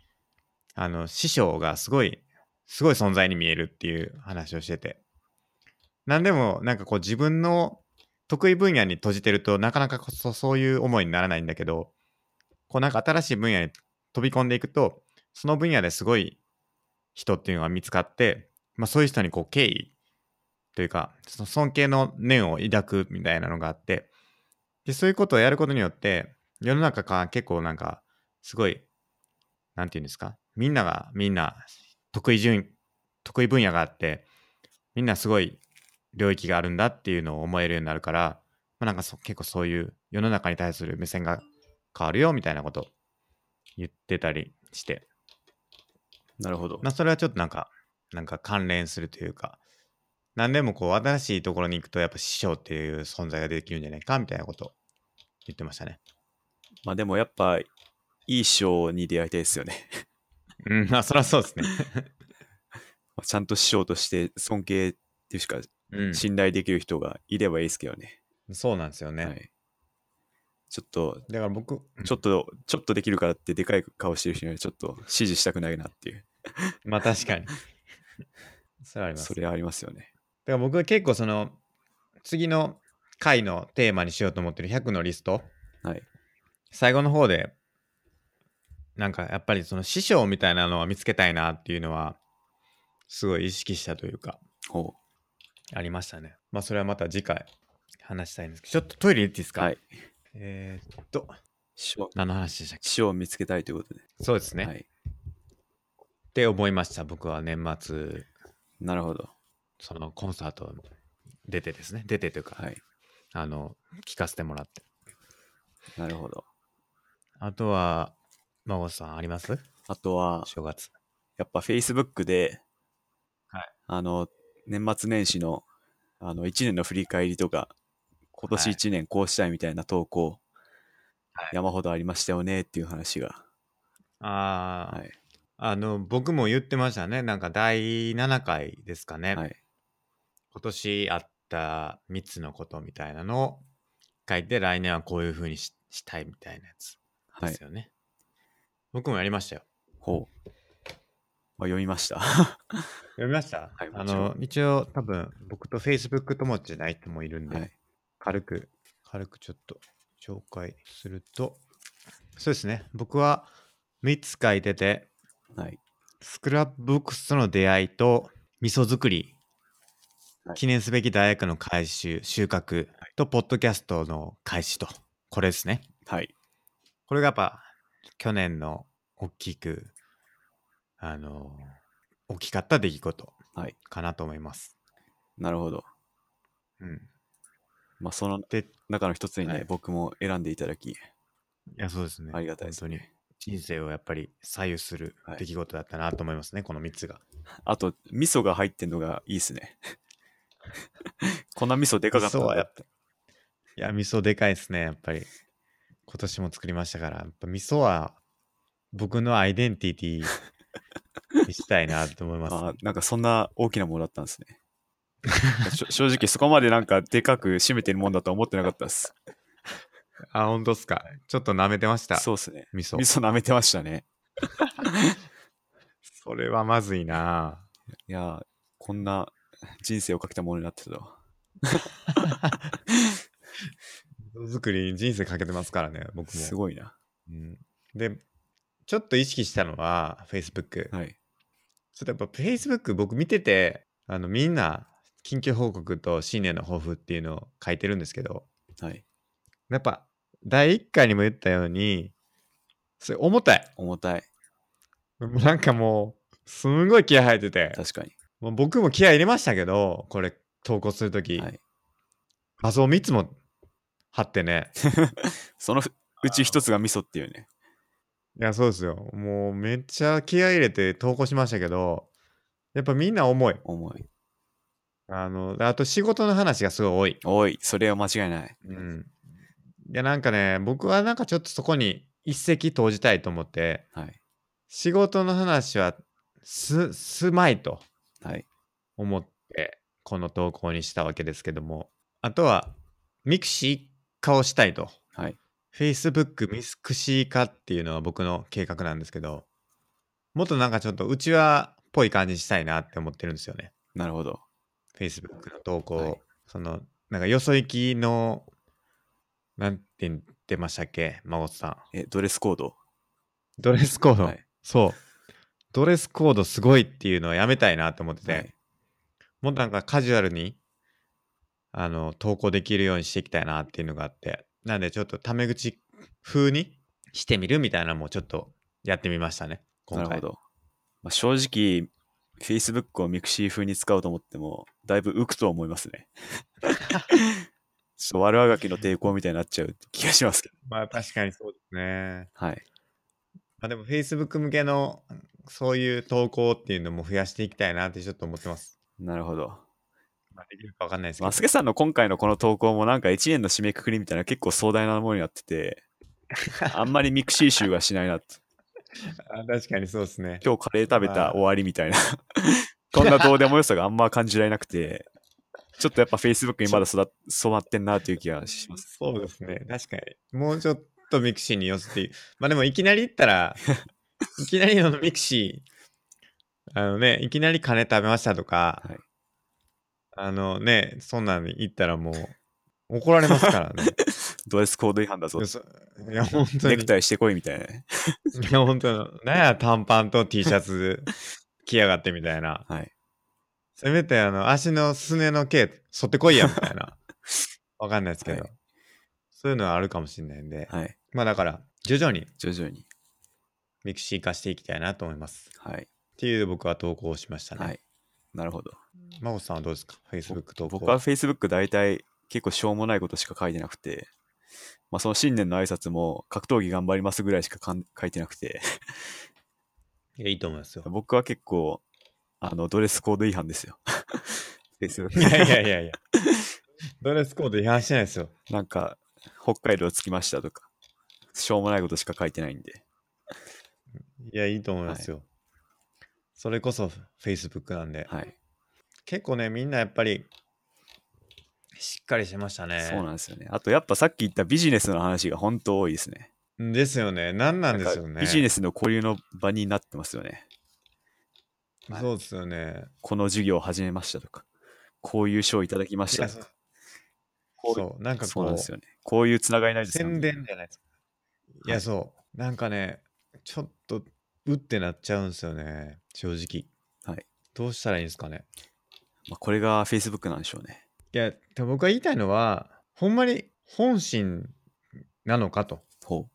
Speaker 1: あの、師匠がすごい、すごい存在に見えるっていう話をしてて。なんでも、なんかこう自分の得意分野に閉じてると、なかなかこそそういう思いにならないんだけど、こうなんか新しい分野に飛び込んでいくと、その分野ですごい人っていうのが見つかって、まあそういう人にこう敬意というか、その尊敬の念を抱くみたいなのがあって、で、そういうことをやることによって、世の中が結構なんか、すごい、なんていうんですか、みんながみんな得意順、得意分野があって、みんなすごい領域があるんだっていうのを思えるようになるから、まあ、なんかそ結構そういう世の中に対する目線が変わるよみたいなことを言ってたりして、
Speaker 2: なるほど
Speaker 1: ま。あ、それはちょっとなんか、なんか関連するというか、何でもこう、新しいところに行くと、やっぱ師匠っていう存在ができるんじゃないかみたいなことを言ってましたね。
Speaker 2: まあでもやっぱ、いい師匠に出会いたいですよね。
Speaker 1: うん、まあ、そりゃそうですね。
Speaker 2: まあちゃんと師匠として尊敬っていうしか
Speaker 1: う
Speaker 2: 信頼できる人がいればいいですけどね。
Speaker 1: ん、そうなんですよね。
Speaker 2: はい。ちょっと、
Speaker 1: だから僕、
Speaker 2: ちょっと、ちょっとできるからってでかい顔してる人にはちょっと指示したくないなっていう、
Speaker 1: まあ確かに。それはあります。
Speaker 2: そ
Speaker 1: だか
Speaker 2: れはありますよね。
Speaker 1: ら僕は結構その、次の回のテーマにしようと思ってる100のリスト、
Speaker 2: はい。
Speaker 1: 最後の方で、なんかやっぱりその師匠みたいなのは見つけたいなっていうのは、すごい意識したというか、
Speaker 2: ほ
Speaker 1: ありましたね。まあ、それはまた次回話したいんですけど、ちょっとトイレ行っていいです
Speaker 2: う。
Speaker 1: か
Speaker 2: はい。
Speaker 1: えーっと、
Speaker 2: 師匠、
Speaker 1: 何の話でしたっ
Speaker 2: 師匠を見つけたいということで。
Speaker 1: けそうですね、
Speaker 2: は
Speaker 1: っ
Speaker 2: い。
Speaker 1: て思いました。僕は年末、
Speaker 2: なるほど。
Speaker 1: そのコンサート出てですね出てというか、
Speaker 2: はい。
Speaker 1: あの聞かせてもらって
Speaker 2: なるほど。
Speaker 1: あとは孫さんあります
Speaker 2: あとは、
Speaker 1: 正月
Speaker 2: やっぱ Facebook で、
Speaker 1: はい
Speaker 2: あの、年末年始の、あの、1年の振り返りとか、今年
Speaker 1: はい
Speaker 2: 1年こうしたいみたいな投稿、
Speaker 1: はい
Speaker 2: 山ほどありましたよねっていう話が。
Speaker 1: ああ、
Speaker 2: はい。
Speaker 1: あの僕も言ってましたねなんか第7回ですかね、
Speaker 2: はい。
Speaker 1: 今年あった3つのことみたいなのを書いて来年はこういうふうにししたいみたいなやつ
Speaker 2: は
Speaker 1: で
Speaker 2: い
Speaker 1: す。よね、僕もやりましたよ
Speaker 2: ほう。あ読みました。
Speaker 1: 読みました、
Speaker 2: はい
Speaker 1: あ
Speaker 2: もちろん
Speaker 1: の一応多分僕と Facebook 友達じゃない人もいるんで、
Speaker 2: はい。
Speaker 1: 軽く、軽くちょっと紹介すると、そうですね、僕は3つ書いてて、
Speaker 2: はい。
Speaker 1: スクラップブックスとの出会いと、味噌作り、
Speaker 2: はい
Speaker 1: 記念すべき大学の回収、収穫と、ポッドキャストの開始と、これですね。
Speaker 2: はい。
Speaker 1: これがやっぱ、去年の大きく、あの、大きかった出来事
Speaker 2: はい
Speaker 1: かなと思います。
Speaker 2: なるほど。
Speaker 1: うん。
Speaker 2: まあ、その
Speaker 1: で、い
Speaker 2: 中の一つにね、
Speaker 1: はい
Speaker 2: 僕も選んでいただき、
Speaker 1: や、そうですね。
Speaker 2: ありがたいです
Speaker 1: 本当に人生をやっぱり左右する
Speaker 2: はい
Speaker 1: 出来事だったなと思いますね、この3つが。
Speaker 2: あと、味噌が入ってんのがいいですね。 粉味噌でかかったんだ
Speaker 1: 味噌はやっいや、味噌でかいですね、やっぱり。今年も作りましたから、やっぱ味噌は僕のアイデンティテ ィにしたいなと思います。
Speaker 2: あーなんかそんな大きなものだったんですね。しょ 正直そこまでなんかでかく締めてるもんだとは思ってなかったです。
Speaker 1: あ、本当っすか。ちょっと舐めてました、
Speaker 2: そうですね。
Speaker 1: 味噌
Speaker 2: 味。噌舐めてましたね。
Speaker 1: それはまずいない
Speaker 2: やー、こんな人生をかけたものになってたとは。
Speaker 1: ぁ味噌作りに人生かけてますからね、僕も。
Speaker 2: すごいな。
Speaker 1: うんで、ちょっと意識したのは、Facebook。
Speaker 2: はい。
Speaker 1: それやっぱ Facebook 僕見てて、あのみんな緊急報告と新年の抱負っていうのを書いてるんですけど、
Speaker 2: はい。
Speaker 1: やっぱ第1回にも言ったように、それ重たい。
Speaker 2: 重たい。
Speaker 1: もうなんかもう、すんごい気合入ってて、
Speaker 2: 確かに。
Speaker 1: もう僕も気合入れましたけど、これ投稿するとき、
Speaker 2: はい
Speaker 1: 画像3つも貼ってね。
Speaker 2: そのうち一つが味噌っていうね。
Speaker 1: いや、そうですよ。もうめっちゃ気合入れて投稿しましたけど、やっぱみんな重い。
Speaker 2: 重い。
Speaker 1: あの、あと仕事の話がすごい多い。
Speaker 2: おい、それは間違いない。
Speaker 1: うん。いや、なんかね、僕はなんかちょっとそこに一石投じたいと思って、
Speaker 2: はい。
Speaker 1: 仕事の話はす、すまいと
Speaker 2: はい。
Speaker 1: 思って、この投稿にしたわけですけども、あとは、ミクシー化をしたいと。
Speaker 2: はい。
Speaker 1: Facebook ミクシー化っていうのは僕の計画なんですけど、もっとなんかちょっとうちわっぽい感じにしたいなって思ってるんですよね。
Speaker 2: なるほど。
Speaker 1: Facebook の投稿、
Speaker 2: はい
Speaker 1: そのなんかよそ行きのなんて言ってましたっけ孫さん
Speaker 2: え、ドレスコード。
Speaker 1: ドレスコード、
Speaker 2: はい
Speaker 1: そうドレスコードすごいっていうのはやめたいなと思ってて、
Speaker 2: はい。
Speaker 1: もっとなんかカジュアルにあの投稿できるようにしていきたいなっていうのがあってなんでちょっとタメ口風にしてみるみたいなのもちょっとやってみましたね今
Speaker 2: な
Speaker 1: 回
Speaker 2: るほど。まあ、正直、Facebook をミクシー風に使おうと思っても、だいぶ浮くと思いま すね。ちょっと悪あがきの抵抗みたいになっちゃう気がしますけど。
Speaker 1: まあ確かにそうですね
Speaker 2: はい。
Speaker 1: まあ、でも Facebook 向けのそういう投稿っていうのも増やしていきたいなってちょっと思ってます。
Speaker 2: なるほど。
Speaker 1: まあ、できるかわかんないですけど。
Speaker 2: マスケさんの今回のこの投稿もなんか1年の締めくくりみたいな結構壮大なものになっ てて、あんまりミクシー集がしないなと。
Speaker 1: あ確かにそうですね。
Speaker 2: 今日カレー食べ
Speaker 1: まあ
Speaker 2: た終わりみたいな。 そんなどうでもよさがあんま感じられなくて、ちょっとやっぱ Facebook にまだ育っ染まってんなという気がします。
Speaker 1: そうですね。確かに。もうちょっとミクシーに寄せてい、まあでもいきなり行った ら、いきなりあのミクシー、あのね、いきなり金食べましたとか、
Speaker 2: はい
Speaker 1: あのね、そんなの行ったらもう怒られますから ね。
Speaker 2: ドレスコード違反だぞ
Speaker 1: よ。そいや、本当
Speaker 2: ネ
Speaker 1: に
Speaker 2: ク。タイしてこいみたいなね。
Speaker 1: いや、本当に。なんや、短パンと T シャツ着やがってみたいな。
Speaker 2: はい。
Speaker 1: せめて、あの、足のすねの毛、剃ってこいや、みたい な。わかんないですけど。
Speaker 2: はい
Speaker 1: そういうのはあるかもしれないんで。
Speaker 2: はい。
Speaker 1: まあだから、徐々に
Speaker 2: 徐々に。
Speaker 1: ミクシー化していきたいなと思います。
Speaker 2: はい。
Speaker 1: っていう僕は投稿をしましたね。
Speaker 2: はい。なるほど。
Speaker 1: 真帆さんはどうですか ?Facebook 投稿。
Speaker 2: 僕は Facebook 大体結構しょうもないことしか書いてなくて、まあ、その新年の挨拶も格闘技頑張りますぐらいしかかん書いてなくて、
Speaker 1: いや、いいと思い ますよ。
Speaker 2: 僕は結構あのドレスコード違反ですよ。Facebook
Speaker 1: いやいやいや いや。ドレスコード違反してないですよ。
Speaker 2: なんか北海道着きましたとか、しょうもないことしか書いてないんで、
Speaker 1: いや、いいと思いますよ。それこそ Facebook なんで。
Speaker 2: はい、
Speaker 1: 結構ね、みんなやっぱり、しっかりしてましたね。
Speaker 2: そうなんですよね。あとやっぱさっき言ったビジネスの話が本当多いですね。
Speaker 1: ですよね。何なんですよ
Speaker 2: なん
Speaker 1: ね。
Speaker 2: かビジネスの交流の場になってますよね。はい
Speaker 1: そうですよね。
Speaker 2: この授業を始めましたとか、こういう賞いただきまし
Speaker 1: いや
Speaker 2: た
Speaker 1: そ
Speaker 2: と
Speaker 1: う
Speaker 2: か、こう
Speaker 1: そう、なんか
Speaker 2: そ
Speaker 1: こ
Speaker 2: う
Speaker 1: う、
Speaker 2: なんですよね。こういうつながりないですよね。
Speaker 1: 宣伝じゃないですか。い
Speaker 2: は
Speaker 1: や、
Speaker 2: い
Speaker 1: そう。なんかね、ちょっと、うってなっちゃうんですよね。正直。
Speaker 2: はい。
Speaker 1: どうしたらいいんですかね。
Speaker 2: まあ、これが Facebook なんでしょうね。
Speaker 1: いや、でも僕が言いたいのは、ほんまに本心なのかと
Speaker 2: ほ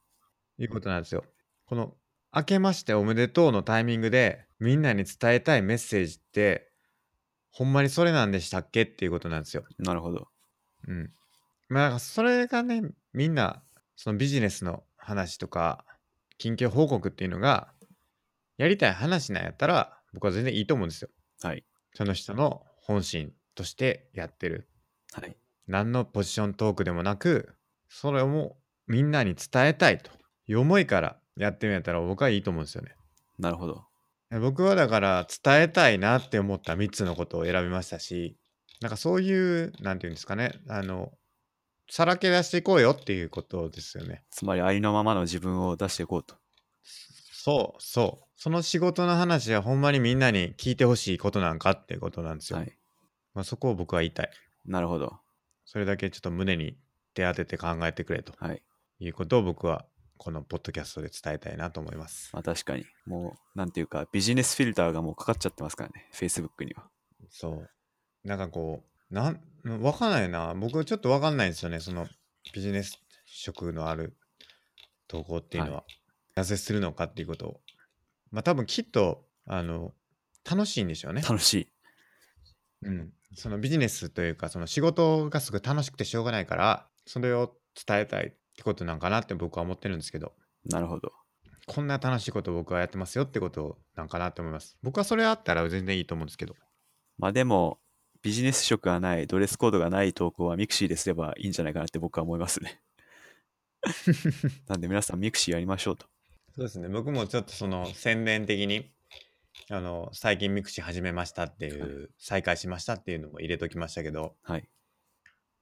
Speaker 1: いうことなんですよ。この、明けましておめでとうのタイミングで、みんなに伝えたいメッセージって、ほんまにそれなんでしたっけっていうことなんですよ。
Speaker 2: う。なるほど。
Speaker 1: うん。まあ、なんかそれがね、みんな、そのビジネスの話とか、近況報告っていうのが、やりたい話なんやったら、僕は全然いいと思うんですよ。
Speaker 2: はい。
Speaker 1: その人の本心としてやってる。
Speaker 2: はい。
Speaker 1: 何のポジショントークでもなく、それをもうみんなに伝えたいという思いからやってみやったら僕はいいと思うんですよね。
Speaker 2: なるほど。
Speaker 1: 僕はだから伝えたいなって思った3つのことを選びましたしなんかそういうなんていうんですかねあのさらけ出していこうよっていうことですよね
Speaker 2: つまり、ありのままの自分を出していこうと。
Speaker 1: そうそうその仕事の話はほんまにみんなに聞いてほしいことなんかっていうことなんですよ、
Speaker 2: はい。
Speaker 1: まあ、そこを僕は言いたい
Speaker 2: なるほど。
Speaker 1: それだけちょっと胸に手当てて考えてくれと
Speaker 2: はい。
Speaker 1: いうことを僕はこのポッドキャストで伝えたいなと思います
Speaker 2: まあ、確かに。もう、なんていうか、ビジネスフィルターがもうかかっちゃってますからね。Facebook には。
Speaker 1: そう。なんかこう、なん、わかんないな。僕ちょっとわかんないんですよね。そのビジネス色のある投稿っていうのは、なぜするのかっていうことを。まあ多分きっと、あの、楽しいんでしょうね。
Speaker 2: 楽しい。
Speaker 1: うん。そのビジネスというか、その仕事がすごい楽しくてしょうがないから、それを伝えたいってことなんかなって僕は思ってるんですけど、
Speaker 2: なるほど。
Speaker 1: こんな楽しいこと僕はやってますよってことなんかなって思います。僕はそれあったら全然いいと思うんですけど。
Speaker 2: まあでも、ビジネス色がない、ドレスコードがない投稿はミクシーですればいいんじゃないかなって僕は思いますね。なんで皆さんミクシーやりましょうと。
Speaker 1: そうですね僕もちょっとその宣伝的にあの最近ミクシー始めましたっていう、再開しましたっていうのも入れときましたけど
Speaker 2: はい。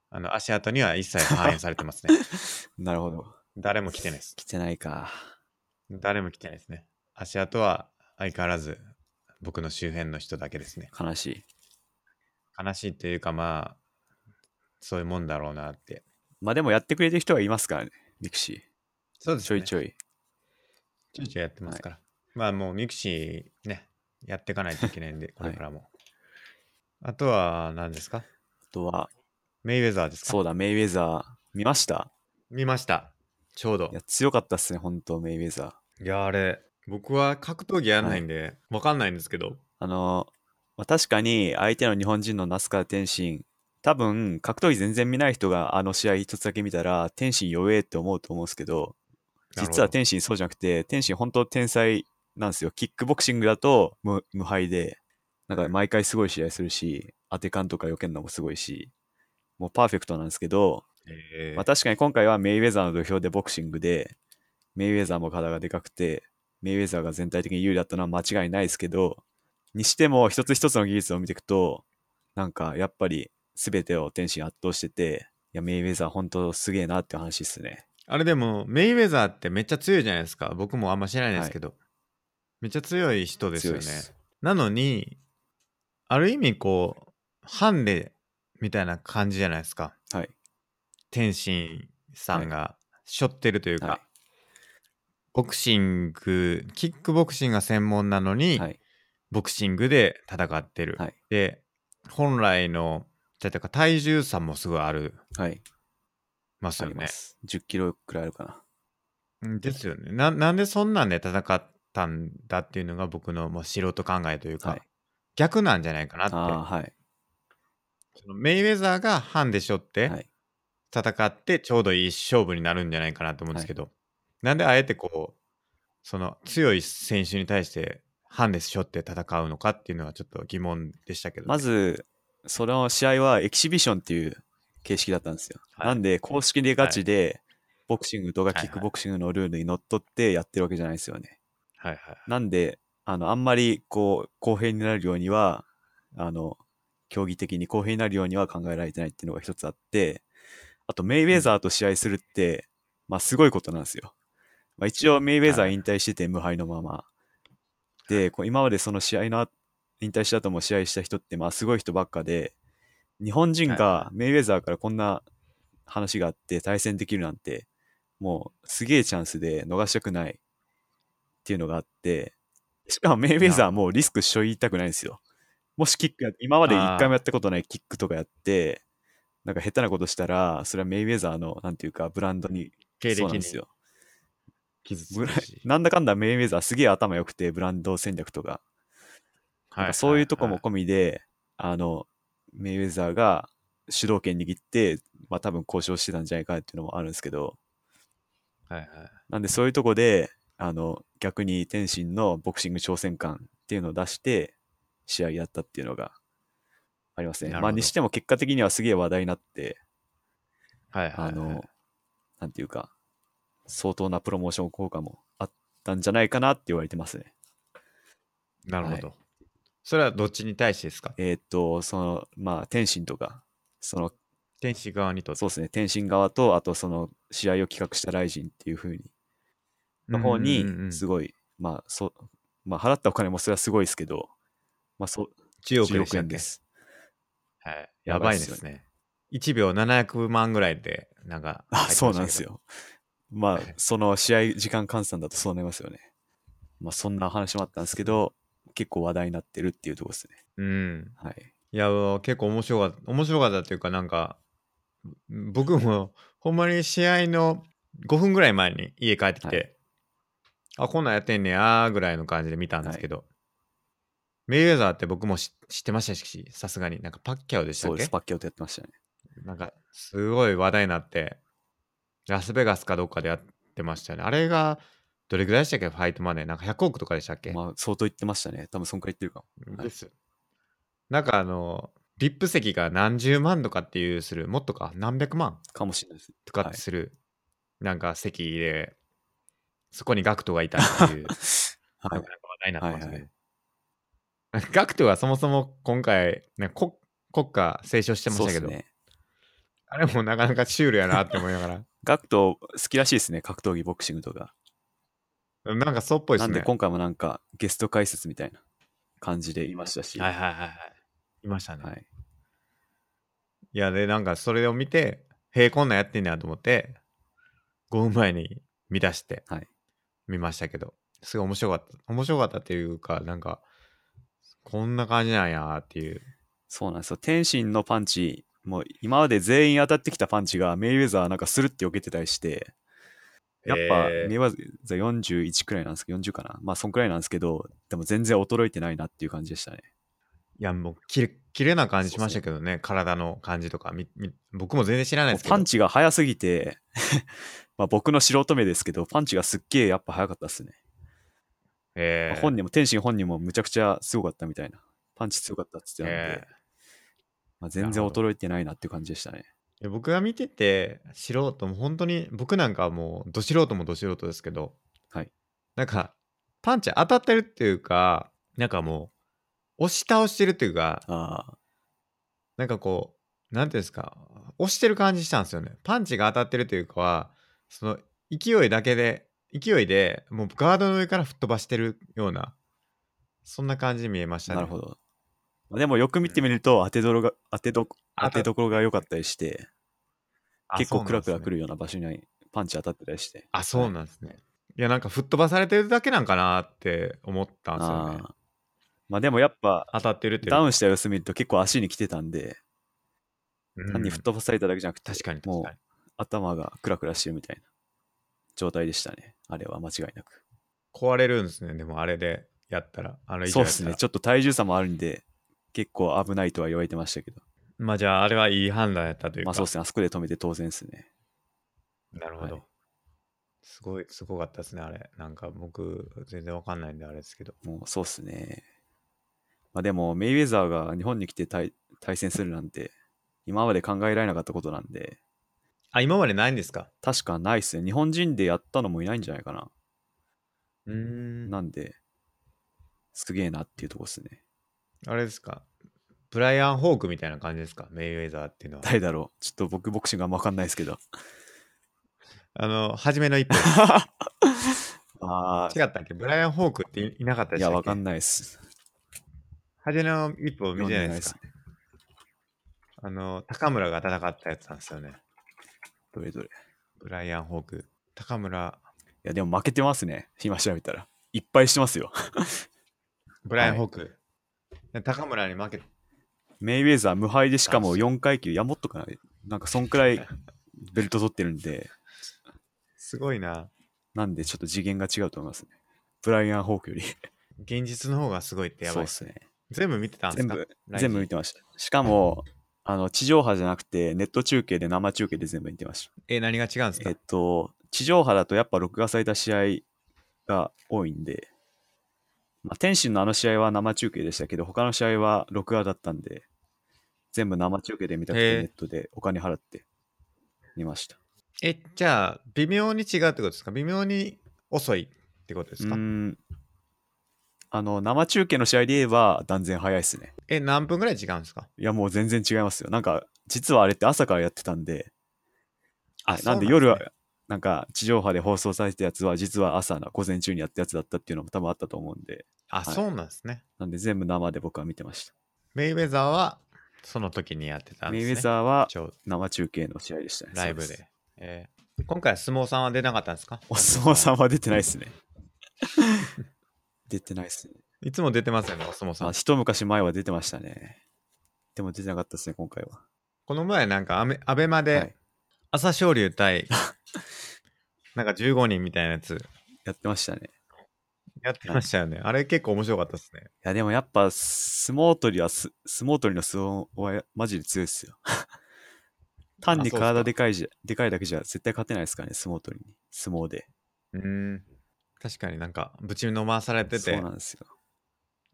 Speaker 1: あの足跡には一 切反映されてますね
Speaker 2: なるほど。
Speaker 1: 誰も来てないです
Speaker 2: 来てないか。
Speaker 1: 誰も来てないですね足跡は相変わらず僕の周辺の人だけですね
Speaker 2: 悲しい。
Speaker 1: 悲しいというかまあそういうもんだろうなって
Speaker 2: まあでもやってくれてる人はいますからね。ミクシ
Speaker 1: そう
Speaker 2: ー。
Speaker 1: で
Speaker 2: ちょいち
Speaker 1: ょい
Speaker 2: ょい。
Speaker 1: ちょいちょいやってますから、まあもうミクシーねやっていかないといけないんでこれからも、あとは何ですか
Speaker 2: あとは、
Speaker 1: メイウェザーですか
Speaker 2: そうだ、メイウェザー。見ました
Speaker 1: 見ました。ちょうど
Speaker 2: いや。強かったっすね、本当メイウェザー。
Speaker 1: いや、あれ、僕は格闘技やんないんで、わかんないんですけど。
Speaker 2: あの、まあ、確かに相手の日本人の那須川天心、多分格闘技全然見ない人があの試合一つだけ見たら、天心弱えって思うと思うんですけど、実
Speaker 1: な
Speaker 2: は
Speaker 1: る
Speaker 2: 天心そうじゃなくて、天心本当天才なんですよ。キックボクシングだと無無敗で、なんか毎回すごい試合するし、当て感とか避けるのもすごいし、もうパーフェクトなんですけ
Speaker 1: ほ
Speaker 2: ど、
Speaker 1: どえー
Speaker 2: まあ、確かに今回はメイウェザーの土俵でボクシングで、メイウェザーも体がでかくて、メイウェザーが全体的に有利だったのは間違いないですけど、にしても一つ一つの技術を見ていくと、なんかやっぱり全てを天心圧倒してて、いやメイウェザー本当すげえなって話ですね。
Speaker 1: あれでも、メイウェザーってめっちゃ強いじゃないですか。僕もあんま知らないですけど。めっちゃ強い人ですよね
Speaker 2: 強いっす。
Speaker 1: なのに、ある意味こう、ハンデみたいな感じじゃないですか。
Speaker 2: はい。
Speaker 1: 天心さんが背負ってるというか、
Speaker 2: は
Speaker 1: ボクシング、キックボクシングが専門なの
Speaker 2: い。
Speaker 1: に、
Speaker 2: はい。
Speaker 1: ボクシングで戦ってる。
Speaker 2: はい
Speaker 1: で、本来の、じゃあてか体重差もすごいある
Speaker 2: はい。
Speaker 1: ます
Speaker 2: あ
Speaker 1: よ
Speaker 2: り
Speaker 1: ね
Speaker 2: ま。す。10キロくらいあるかな。
Speaker 1: うんですよねな。なんでそんなんで戦ったんだっていうのが僕の、まあ、素人考えというか、
Speaker 2: はい。
Speaker 1: 逆なんじゃないかなって
Speaker 2: ああー、はい。
Speaker 1: そのメイウェザーがハンでしょって、
Speaker 2: はい
Speaker 1: 戦ってちょうどいい勝負になるんじゃないかなと思うんですけど、なんであえてこうその強い選手に対してハンデスしょって戦うのかっていうのはちょっと疑問でしたけどね、
Speaker 2: まず、その試合はエキシビションっていう形式だったんですよ。
Speaker 1: はい
Speaker 2: なんで、公式でガチで、ボクシングと
Speaker 1: は
Speaker 2: か
Speaker 1: いはい
Speaker 2: キックボクシングのルールにのっとってやってるわけじゃないですよね。
Speaker 1: はいはい
Speaker 2: なんで、あの、あんまり、こう、公平になるようには、あの、競技的に公平になるようには考えられてないっていうのが一つあって、あと、メイウェザーと試合するって、まあ、すごいことなんですよ。まあ、一応、メイウェザー引退してて、無敗のまま。で、こう今までその試合のあ、引退した後も試合した人って、まあ、すごい人ばっかで、日本人がメイウェザーからこんな話があって対戦できるなんて、もうすげえチャンスで逃したくないっていうのがあって、しかもメイウェザーもうリスクしょいたくないんですよ。もしキックや、今まで一回もやったことないキックとかやって、なんか下手なことしたら、それはメイウェザーの、なんていうか、ブランドに、
Speaker 1: 経歴
Speaker 2: そうなん
Speaker 1: に
Speaker 2: ですよ。
Speaker 1: 傷つ
Speaker 2: ブ
Speaker 1: く
Speaker 2: ラ
Speaker 1: し
Speaker 2: なんだかんだメイウェザーすげえ頭良くて、ブランド戦略とか。なんかそういうとこも込みで、あの、メイウェザーが主導権握って、まあ多分交渉してたんじゃないかっていうのもあるんですけど、
Speaker 1: はいはいはい
Speaker 2: なんでそういうとこで、あの、逆に天心のボクシング挑戦感っていうのを出して、試合やったっていうのがありますね。
Speaker 1: なる
Speaker 2: ま
Speaker 1: ほ
Speaker 2: あ
Speaker 1: ど
Speaker 2: にしても結果的にはすげえ話題になって、
Speaker 1: はいはいはい
Speaker 2: あの、なんていうか、相当なプロモーション効果もあったんじゃないかなって言われてますね。
Speaker 1: なるほど、それはどっちに対してですか
Speaker 2: えーっと、その、まあ天心とか、その
Speaker 1: 天使側にとって
Speaker 2: そうですね、天心側と、あとその試合を企画したライジンっていう風に、の方
Speaker 1: うんうんうん
Speaker 2: に、すごい、まあ、そう、まあ、払ったお金もそれはすごいですけど、まあ、そう、
Speaker 1: 10億
Speaker 2: 10
Speaker 1: でしたっ
Speaker 2: 億円
Speaker 1: け
Speaker 2: です。
Speaker 1: はい、や
Speaker 2: やば
Speaker 1: ば
Speaker 2: い
Speaker 1: い
Speaker 2: っ
Speaker 1: です
Speaker 2: よね
Speaker 1: すね1秒700万ぐらいでなんか入って
Speaker 2: あ、
Speaker 1: ましたけど
Speaker 2: そうなんですよ。まあ
Speaker 1: はい、
Speaker 2: その試合時間換算だとそうなりますよね。まあ、そんな話もあったんですけど、結構話題になってるっていうところですね。
Speaker 1: うん
Speaker 2: はい。
Speaker 1: いや結構面白かった面白かったっていうかなんかん僕もほんまに試合の5分ぐらい前に家帰ってきて、あこんなんやってんねやーぐらいの感じで見たんですけど、メイウェザーって僕もし知ってましたしさすがになんかパッキャオでした
Speaker 2: そ
Speaker 1: っ
Speaker 2: うで
Speaker 1: け
Speaker 2: す。パッケオとやってましたね。
Speaker 1: なんかすごい話題になってラスベガスかどっかでやってましたよねあれがどれぐらいでしたっけファイトマネーなんか100億とかでしたっけ、
Speaker 2: まあ、相当言ってましたね。多分そんくらい言ってるかも。はい
Speaker 1: ですよなんかあのリップ席が何十万とかっていうするもっとか何百万
Speaker 2: かもしれないです。
Speaker 1: とかってする、なんか席でそこにガクトがいたっていう
Speaker 2: は
Speaker 1: ないんか。話題になってますね、
Speaker 2: はいは
Speaker 1: ガクトはそもそも今回なんか国国家斉唱してま
Speaker 2: そ
Speaker 1: したけ
Speaker 2: うです
Speaker 1: ど、
Speaker 2: ね。
Speaker 1: あれもなかなかシュールやなって思いなが
Speaker 2: ガクト好きらしいですね。格闘技、ボクシングとか。
Speaker 1: ら なんかそうっぽいで
Speaker 2: な
Speaker 1: す
Speaker 2: んで
Speaker 1: ね
Speaker 2: 今回もなんかゲスト解説みたいな感じでいましたし、
Speaker 1: はい
Speaker 2: い
Speaker 1: はいはいはいいましたね、
Speaker 2: はい
Speaker 1: い、やでなんかそれを見てへえこんなんやってんねやと思って5分前に見出して
Speaker 2: はい
Speaker 1: 見ましたけど、すごい面白かった面白かったっていうかなんかこんな感じなんやっていう
Speaker 2: そうなんですよ天心のパンチもう今まで全員当たってきたパンチがメイウェザーなんかスルッて避けてたりしてやっぱ
Speaker 1: えー
Speaker 2: メイウェザー41くらいなんですけど40かなまあそんくらいなんですけどでも全然衰えてないなっていう感じでしたね
Speaker 1: いやもうきれきれな感じしましたけどね体の感じとかみみ僕も全然知らないで
Speaker 2: もう
Speaker 1: すけど
Speaker 2: パンチが速すぎて まあ僕の素人目ですけどパンチがすっげえやっぱ速かったですね、
Speaker 1: えー
Speaker 2: 本人も天心本人もむちゃくちゃすごかったみたいなパンチ強かったっつってたんで、
Speaker 1: えー
Speaker 2: まあ、全然衰えてないなっていう感じでしたね
Speaker 1: いや僕が見てて素人も本当に僕なんかはもうど素人もど素人ですけど、
Speaker 2: はい、
Speaker 1: なんかパンチ当たってるっていうかなんかもう押し倒してるっていうか
Speaker 2: ああ
Speaker 1: なんかこうなんていうんですか押してる感じしたんですよねパンチが当たってるというかはその勢いだけで勢いでもうガードの上から吹っ飛ばしてるようなそんな感じに見えましたね
Speaker 2: なるほど。まあでもよく見てみると、当てどろが、当てど、
Speaker 1: あ
Speaker 2: 当てどころが良かったりして、
Speaker 1: あ
Speaker 2: 結構クラク
Speaker 1: そうな
Speaker 2: ラ
Speaker 1: んですね
Speaker 2: くるような場所にパンチ当たってたりして。
Speaker 1: あそうなんですね、い、やなんか吹っ飛ばされてるだけなんかなって思ったんですよね
Speaker 2: あーまあでもやっぱ、
Speaker 1: 当たってるっていう
Speaker 2: ダウンした様子見ると結構足に来てたんで、
Speaker 1: うん
Speaker 2: 単に吹っ飛ばされただけじゃなくて、
Speaker 1: 確かに確
Speaker 2: も
Speaker 1: か
Speaker 2: う
Speaker 1: に
Speaker 2: 頭がクラクラしてるみたいな状態でしたね。あれは間違いなく。
Speaker 1: 壊れるんですねでもあれでやったらあの以上
Speaker 2: そう
Speaker 1: やっ
Speaker 2: で
Speaker 1: た
Speaker 2: す
Speaker 1: ら
Speaker 2: ね。ちょっと体重差もあるんで、結構危ないとは言われてましたけど。
Speaker 1: まあじゃあ、あれはいい判断やったというか。
Speaker 2: まあそうですね、あそこで止めて当然ですね。
Speaker 1: なるほど。
Speaker 2: はい
Speaker 1: すごい、すごかったですね、あれ。なんか僕、全然わかんないんであれですけど。
Speaker 2: もうそうですね。まあでも、メイウェザーが日本に来て対対戦するなんて、今まで考えられなかったことなんで、
Speaker 1: あ、今までないんですか
Speaker 2: 確かないっすね。日本人でやったのもいないんじゃないかな。
Speaker 1: うーん。
Speaker 2: なんで、すげえなっていうとこっすね。
Speaker 1: あれですかブライアン・ホークみたいな感じですかメイウェザーっていうのは。
Speaker 2: 誰だろうちょっと僕ボクシングあんまわかんないですけど。
Speaker 1: あの、初めの一歩。
Speaker 2: ああ、
Speaker 1: 違ったっけブライアン・ホークっていいなかったで
Speaker 2: い
Speaker 1: したっ
Speaker 2: や、
Speaker 1: け
Speaker 2: わかん
Speaker 1: ない。
Speaker 2: ないっす。
Speaker 1: 初めの一歩見てないですか
Speaker 2: 読んでないっすね
Speaker 1: あの、高村が戦ったやつなんですよね。
Speaker 2: どれどれ。い
Speaker 1: ブライアン・ホーク。高村、
Speaker 2: や、でも負けてますね。今調べたら。いっぱいしてますよ。
Speaker 1: ブライアン・ホーク。高村に負け、
Speaker 2: メイウェザー無敗でしか
Speaker 1: あそ
Speaker 2: も
Speaker 1: う
Speaker 2: 4階級、いや、もっとかな。なんか、そんくらいベルト取ってるんで、
Speaker 1: すごいな。
Speaker 2: なんでちょっと次元が違うと思いますね。ブライアン・ホークより。
Speaker 1: 現実の方がすごいってや
Speaker 2: そ
Speaker 1: ば
Speaker 2: う
Speaker 1: い
Speaker 2: っ。すね。
Speaker 1: 全部見てたんです
Speaker 2: 全
Speaker 1: か
Speaker 2: 部、
Speaker 1: ライジン
Speaker 2: 全部見てました。しかも、あの、地上波じゃなくて、ネット中継で生中継で全部見てました。
Speaker 1: え、何が違うんですか
Speaker 2: えっと、地上波だとやっぱ録画された試合が多いんで、まあ、天心のあの試合は生中継でしたけど、他の試合は録画だったんで、全部生中継で見たく
Speaker 1: へ
Speaker 2: て、
Speaker 1: え
Speaker 2: ネットでお金払って見ました。
Speaker 1: え、じゃあ、微妙に違うってことですか微妙に遅いってことで
Speaker 2: う
Speaker 1: すか
Speaker 2: ーん。あの、生中継の試合で言えば断然早いですね。
Speaker 1: え、何分ぐらい違うんですか
Speaker 2: いや、もう全然違いますよ。なんか、実はあれって朝からやってたんで、はい
Speaker 1: そう
Speaker 2: な
Speaker 1: な
Speaker 2: ん
Speaker 1: んです
Speaker 2: で
Speaker 1: ね
Speaker 2: 夜は、なんか地上波で放送されてたやつは、実は朝の午前中にやったやつだったっていうのも多分あったと思うんで、
Speaker 1: あ、
Speaker 2: はい
Speaker 1: そうなんですね。
Speaker 2: なんで全部生で僕は見てました。
Speaker 1: メイウェザーは、その時にやってたん
Speaker 2: メ
Speaker 1: です、ね。
Speaker 2: イウェザーは
Speaker 1: ちょう
Speaker 2: 生中継の試合でしたね。
Speaker 1: ライブ
Speaker 2: そ
Speaker 1: で。
Speaker 2: うす。
Speaker 1: えー今回は相撲さんは出なかったんですか
Speaker 2: お相撲さんは出てないですね。出てないですね。
Speaker 1: いつも出てますよね、お相撲さ
Speaker 2: まあ、
Speaker 1: ん。
Speaker 2: 一昔前は出てましたね。でも出てなかったですね、今回は。
Speaker 1: この前なんかアメ、アベマで、
Speaker 2: はい
Speaker 1: 朝青龍 対、なんか15人みたいなやつ、
Speaker 2: やってましたね。
Speaker 1: やってましたよね。あれ結構面白かったですね。
Speaker 2: いや、でもやっぱ、相撲取りはす、相撲取りの相撲はやマジで強いっすよ。 単
Speaker 1: あそうっ
Speaker 2: に
Speaker 1: すか
Speaker 2: 体でかいじゃ、でかいだけじゃ絶対勝てないですからね、相撲取りに。相撲で。
Speaker 1: うーん。確かになんか、ぶちの回されて
Speaker 2: そう
Speaker 1: て
Speaker 2: な、んですよ。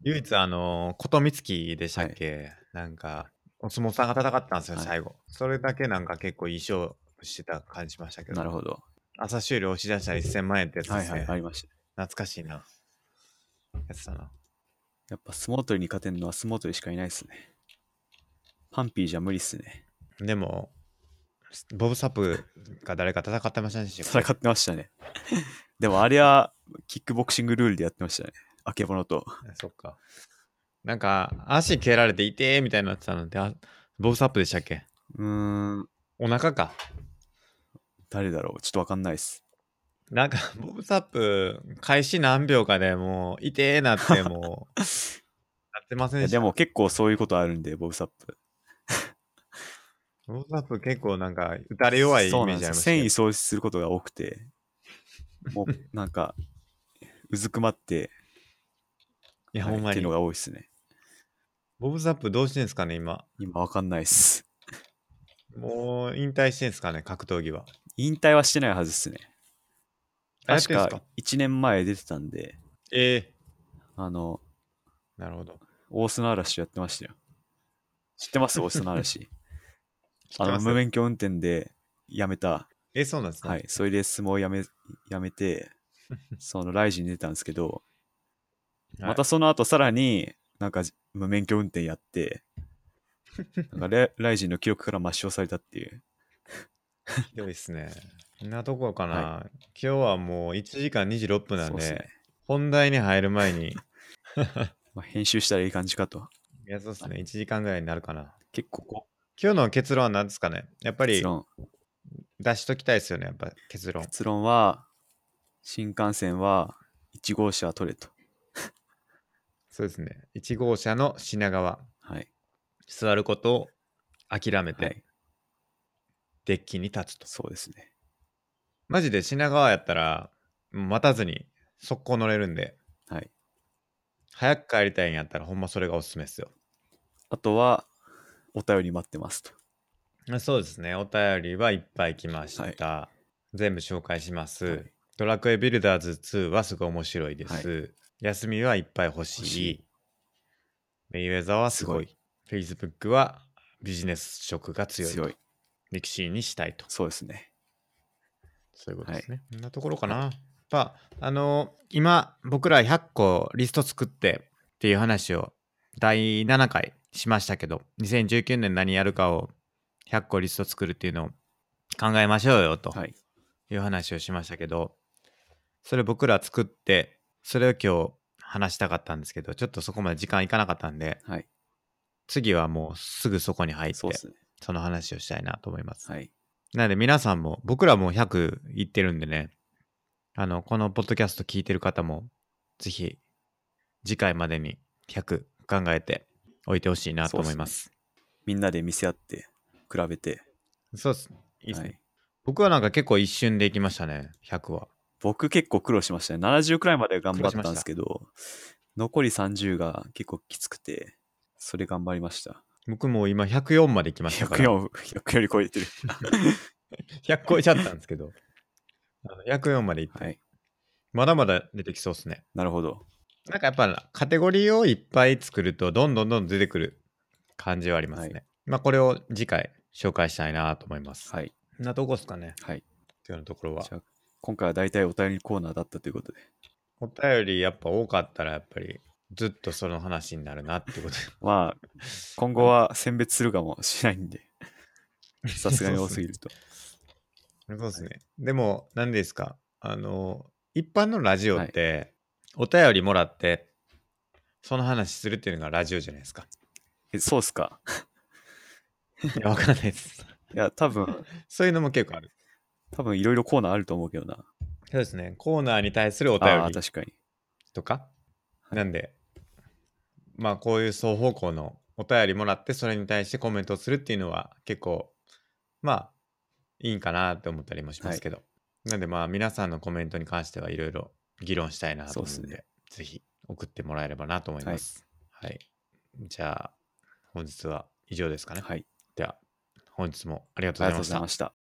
Speaker 1: 唯一あの、琴美月でしたっけ、なんか、お相撲さんが戦ったんですよ、
Speaker 2: はい
Speaker 1: 最後。それだけなんか結構いい勝負してた感じしましたけど。
Speaker 2: なるほど。
Speaker 1: 朝終了押し出したら1000万円ってやつですね。
Speaker 2: はいはい、ありました。
Speaker 1: 懐かしいな。やつだな。
Speaker 2: やっぱ相撲取りに勝てるのは相撲取りしかいないですね。パンピーじゃ無理っすね。
Speaker 1: でも、ボブ・サップが誰か戦ってませんでした
Speaker 2: 戦
Speaker 1: っ
Speaker 2: ってましたね。でもあれは、キックボクシングルールでやってましたね。あけぼのと。
Speaker 1: けそっか。なんか、足蹴られて痛えみたいになってたので、あボブ・サップでしたっけ
Speaker 2: うーん、
Speaker 1: お腹か。
Speaker 2: 誰だろうちょっとわかんないっす。
Speaker 1: なんか、 ボブ・サップ、開始何秒かでもう、痛えなって、もう、なってませ
Speaker 2: い
Speaker 1: んで
Speaker 2: や
Speaker 1: した。
Speaker 2: でも、結構そういうことあるんで、ボブサップ。
Speaker 1: ボブ・サップ結構なんか、打たれ弱いイメ
Speaker 2: そうな
Speaker 1: ー
Speaker 2: ん
Speaker 1: ジ
Speaker 2: で
Speaker 1: あ
Speaker 2: す
Speaker 1: り
Speaker 2: よ
Speaker 1: ましたけど
Speaker 2: 繊維喪失することが多くて、もう なんか、うずくまって、
Speaker 1: いや、
Speaker 2: はい
Speaker 1: ほん
Speaker 2: っ
Speaker 1: ま
Speaker 2: てい
Speaker 1: に
Speaker 2: うの。が多いですね。
Speaker 1: ボブ・サップどうしてんすかね、今。
Speaker 2: 今わかんないっす。
Speaker 1: もう、引退してんすかね、格闘技は。
Speaker 2: 引退はしてないはずっすね。
Speaker 1: あやって
Speaker 2: 確
Speaker 1: んすか
Speaker 2: か1年前出てたんで、
Speaker 1: ええ
Speaker 2: あの、
Speaker 1: なるほど。
Speaker 2: 大砂嵐やってましたよ。 知ってます大砂嵐。あの、
Speaker 1: ます
Speaker 2: 無免許運転で辞めた。
Speaker 1: え、そうなんですか、
Speaker 2: はい。それで相撲を辞め、辞め て、その、ライジに出たんですけど、
Speaker 1: はい
Speaker 2: またその後さらになんかじ無免許運転やってなんか レライジンの記録から抹消されたっていう
Speaker 1: ひどいですね。こんなとこかな、
Speaker 2: は
Speaker 1: 今日はもう1時間26分なん
Speaker 2: そうっ
Speaker 1: で、
Speaker 2: すね
Speaker 1: 本題に入る前 に、い
Speaker 2: まあ、編集したらいい感じかと
Speaker 1: や、そうですね、1時間ぐらいになるかな。
Speaker 2: 結構こ
Speaker 1: 今日の結論は何ですかねやっぱ
Speaker 2: う結
Speaker 1: り
Speaker 2: 論
Speaker 1: 出しときたいですよね、やっぱ結論。
Speaker 2: 結論は新幹線は1号車は取れと
Speaker 1: そうですね。1号車の品川、
Speaker 2: はい、
Speaker 1: 座ることを諦め
Speaker 2: は
Speaker 1: て
Speaker 2: い、
Speaker 1: デッキに立つと。
Speaker 2: そうですね
Speaker 1: マジで品川やったら、もう待たずに速攻乗れるんで、
Speaker 2: はい
Speaker 1: 早く帰りたいんやったら、ほんまそれがおすすめですよ。
Speaker 2: あとはお便り待ってますと。
Speaker 1: あそうですね。お便りはいっぱい来ました。全部紹介します。
Speaker 2: はい
Speaker 1: ドラクエビルダーズ2はすごい面白いです。休みはいっぱい欲しい。
Speaker 2: 欲しい
Speaker 1: メイウェザーはすごい。Facebook はビジネス色が強い。
Speaker 2: 強い。
Speaker 1: ミクシーにしたいと。
Speaker 2: そうですね。
Speaker 1: そういうことですね。こんなところかな。やっぱ、あのー今、僕ら100個リスト作ってっていう話を第7回しましたけど、2019年何やるかを100個リスト作るっていうのを考えましょうよと
Speaker 2: はい。
Speaker 1: いう話をしましたけど、それ僕ら作って、それを今日話したかったんですけど、ちょっとそこまで時間いかなかったんで、
Speaker 2: はい。
Speaker 1: 次はもうすぐそこに入って
Speaker 2: そうですね。
Speaker 1: その話をしたいなと思います。
Speaker 2: はい。
Speaker 1: なので皆さんも、僕らもう100いってるんでね、あの、このポッドキャスト聞いてる方も、ぜひ、次回までに100考えておいてほしいなと思います。
Speaker 2: みんなで見せ合って、比べて。
Speaker 1: そうです。いいっすね
Speaker 2: はい、
Speaker 1: 僕はなんか結構一瞬でいきましたね、100は。
Speaker 2: 僕結構苦労しましたね。70くらいまで頑張ったんですけど、残り30が結構きつくて、それ頑張りました。
Speaker 1: 僕もう今104まで行きましたから。
Speaker 2: 104、100より超えてる。
Speaker 1: 100超えちゃったんですけど。 あの104まで行って、
Speaker 2: はい。
Speaker 1: まだまだ出てきそうですね。
Speaker 2: なるほど。
Speaker 1: なんかやっぱカテゴリーをいっぱい作るとどんどんどんどん出てくる感じはありますね。
Speaker 2: は
Speaker 1: まあこれを次回紹介したいなと思います。
Speaker 2: はい。
Speaker 1: なとこですかね。
Speaker 2: はい。
Speaker 1: 今日のところは
Speaker 2: じ。ゃあ、今回は大体お便りコーナーだったということで。
Speaker 1: お便りやっぱ多かったらやっぱりずっとその話になるなってことで。
Speaker 2: まあ、今後は選別するかもしれないんで、さすがに多すぎると。
Speaker 1: そうですね。 でも何ですかあの一般のラジオってお便りもらってその話するっていうのがラジオじゃないです か。
Speaker 2: え、そうっすか。
Speaker 1: いやわかんないです。
Speaker 2: いや、多分、
Speaker 1: そういうのも結構ある。
Speaker 2: 多分いろいろコーナーあると思うけどな。
Speaker 1: そうですね。コーナーに対するお便
Speaker 2: ああ、
Speaker 1: り
Speaker 2: 確かに。
Speaker 1: とか、
Speaker 2: はい
Speaker 1: なんでまあこういう双方向のお便りもらってそれに対してコメントをするっていうのは結構まあいいんかなって思ったりもしますけど、なんでまあ皆さんのコメントに関してはいろいろ議論したいなと思う
Speaker 2: そ
Speaker 1: ん
Speaker 2: うっ
Speaker 1: ですぜひ送ってもらえればなと思いますはい、じゃあ本日は以上ですかね、
Speaker 2: はい。
Speaker 1: では本日もありがと
Speaker 2: あ
Speaker 1: う
Speaker 2: り
Speaker 1: ご
Speaker 2: がと
Speaker 1: ざいうま
Speaker 2: ご
Speaker 1: し
Speaker 2: ざい
Speaker 1: た
Speaker 2: ました。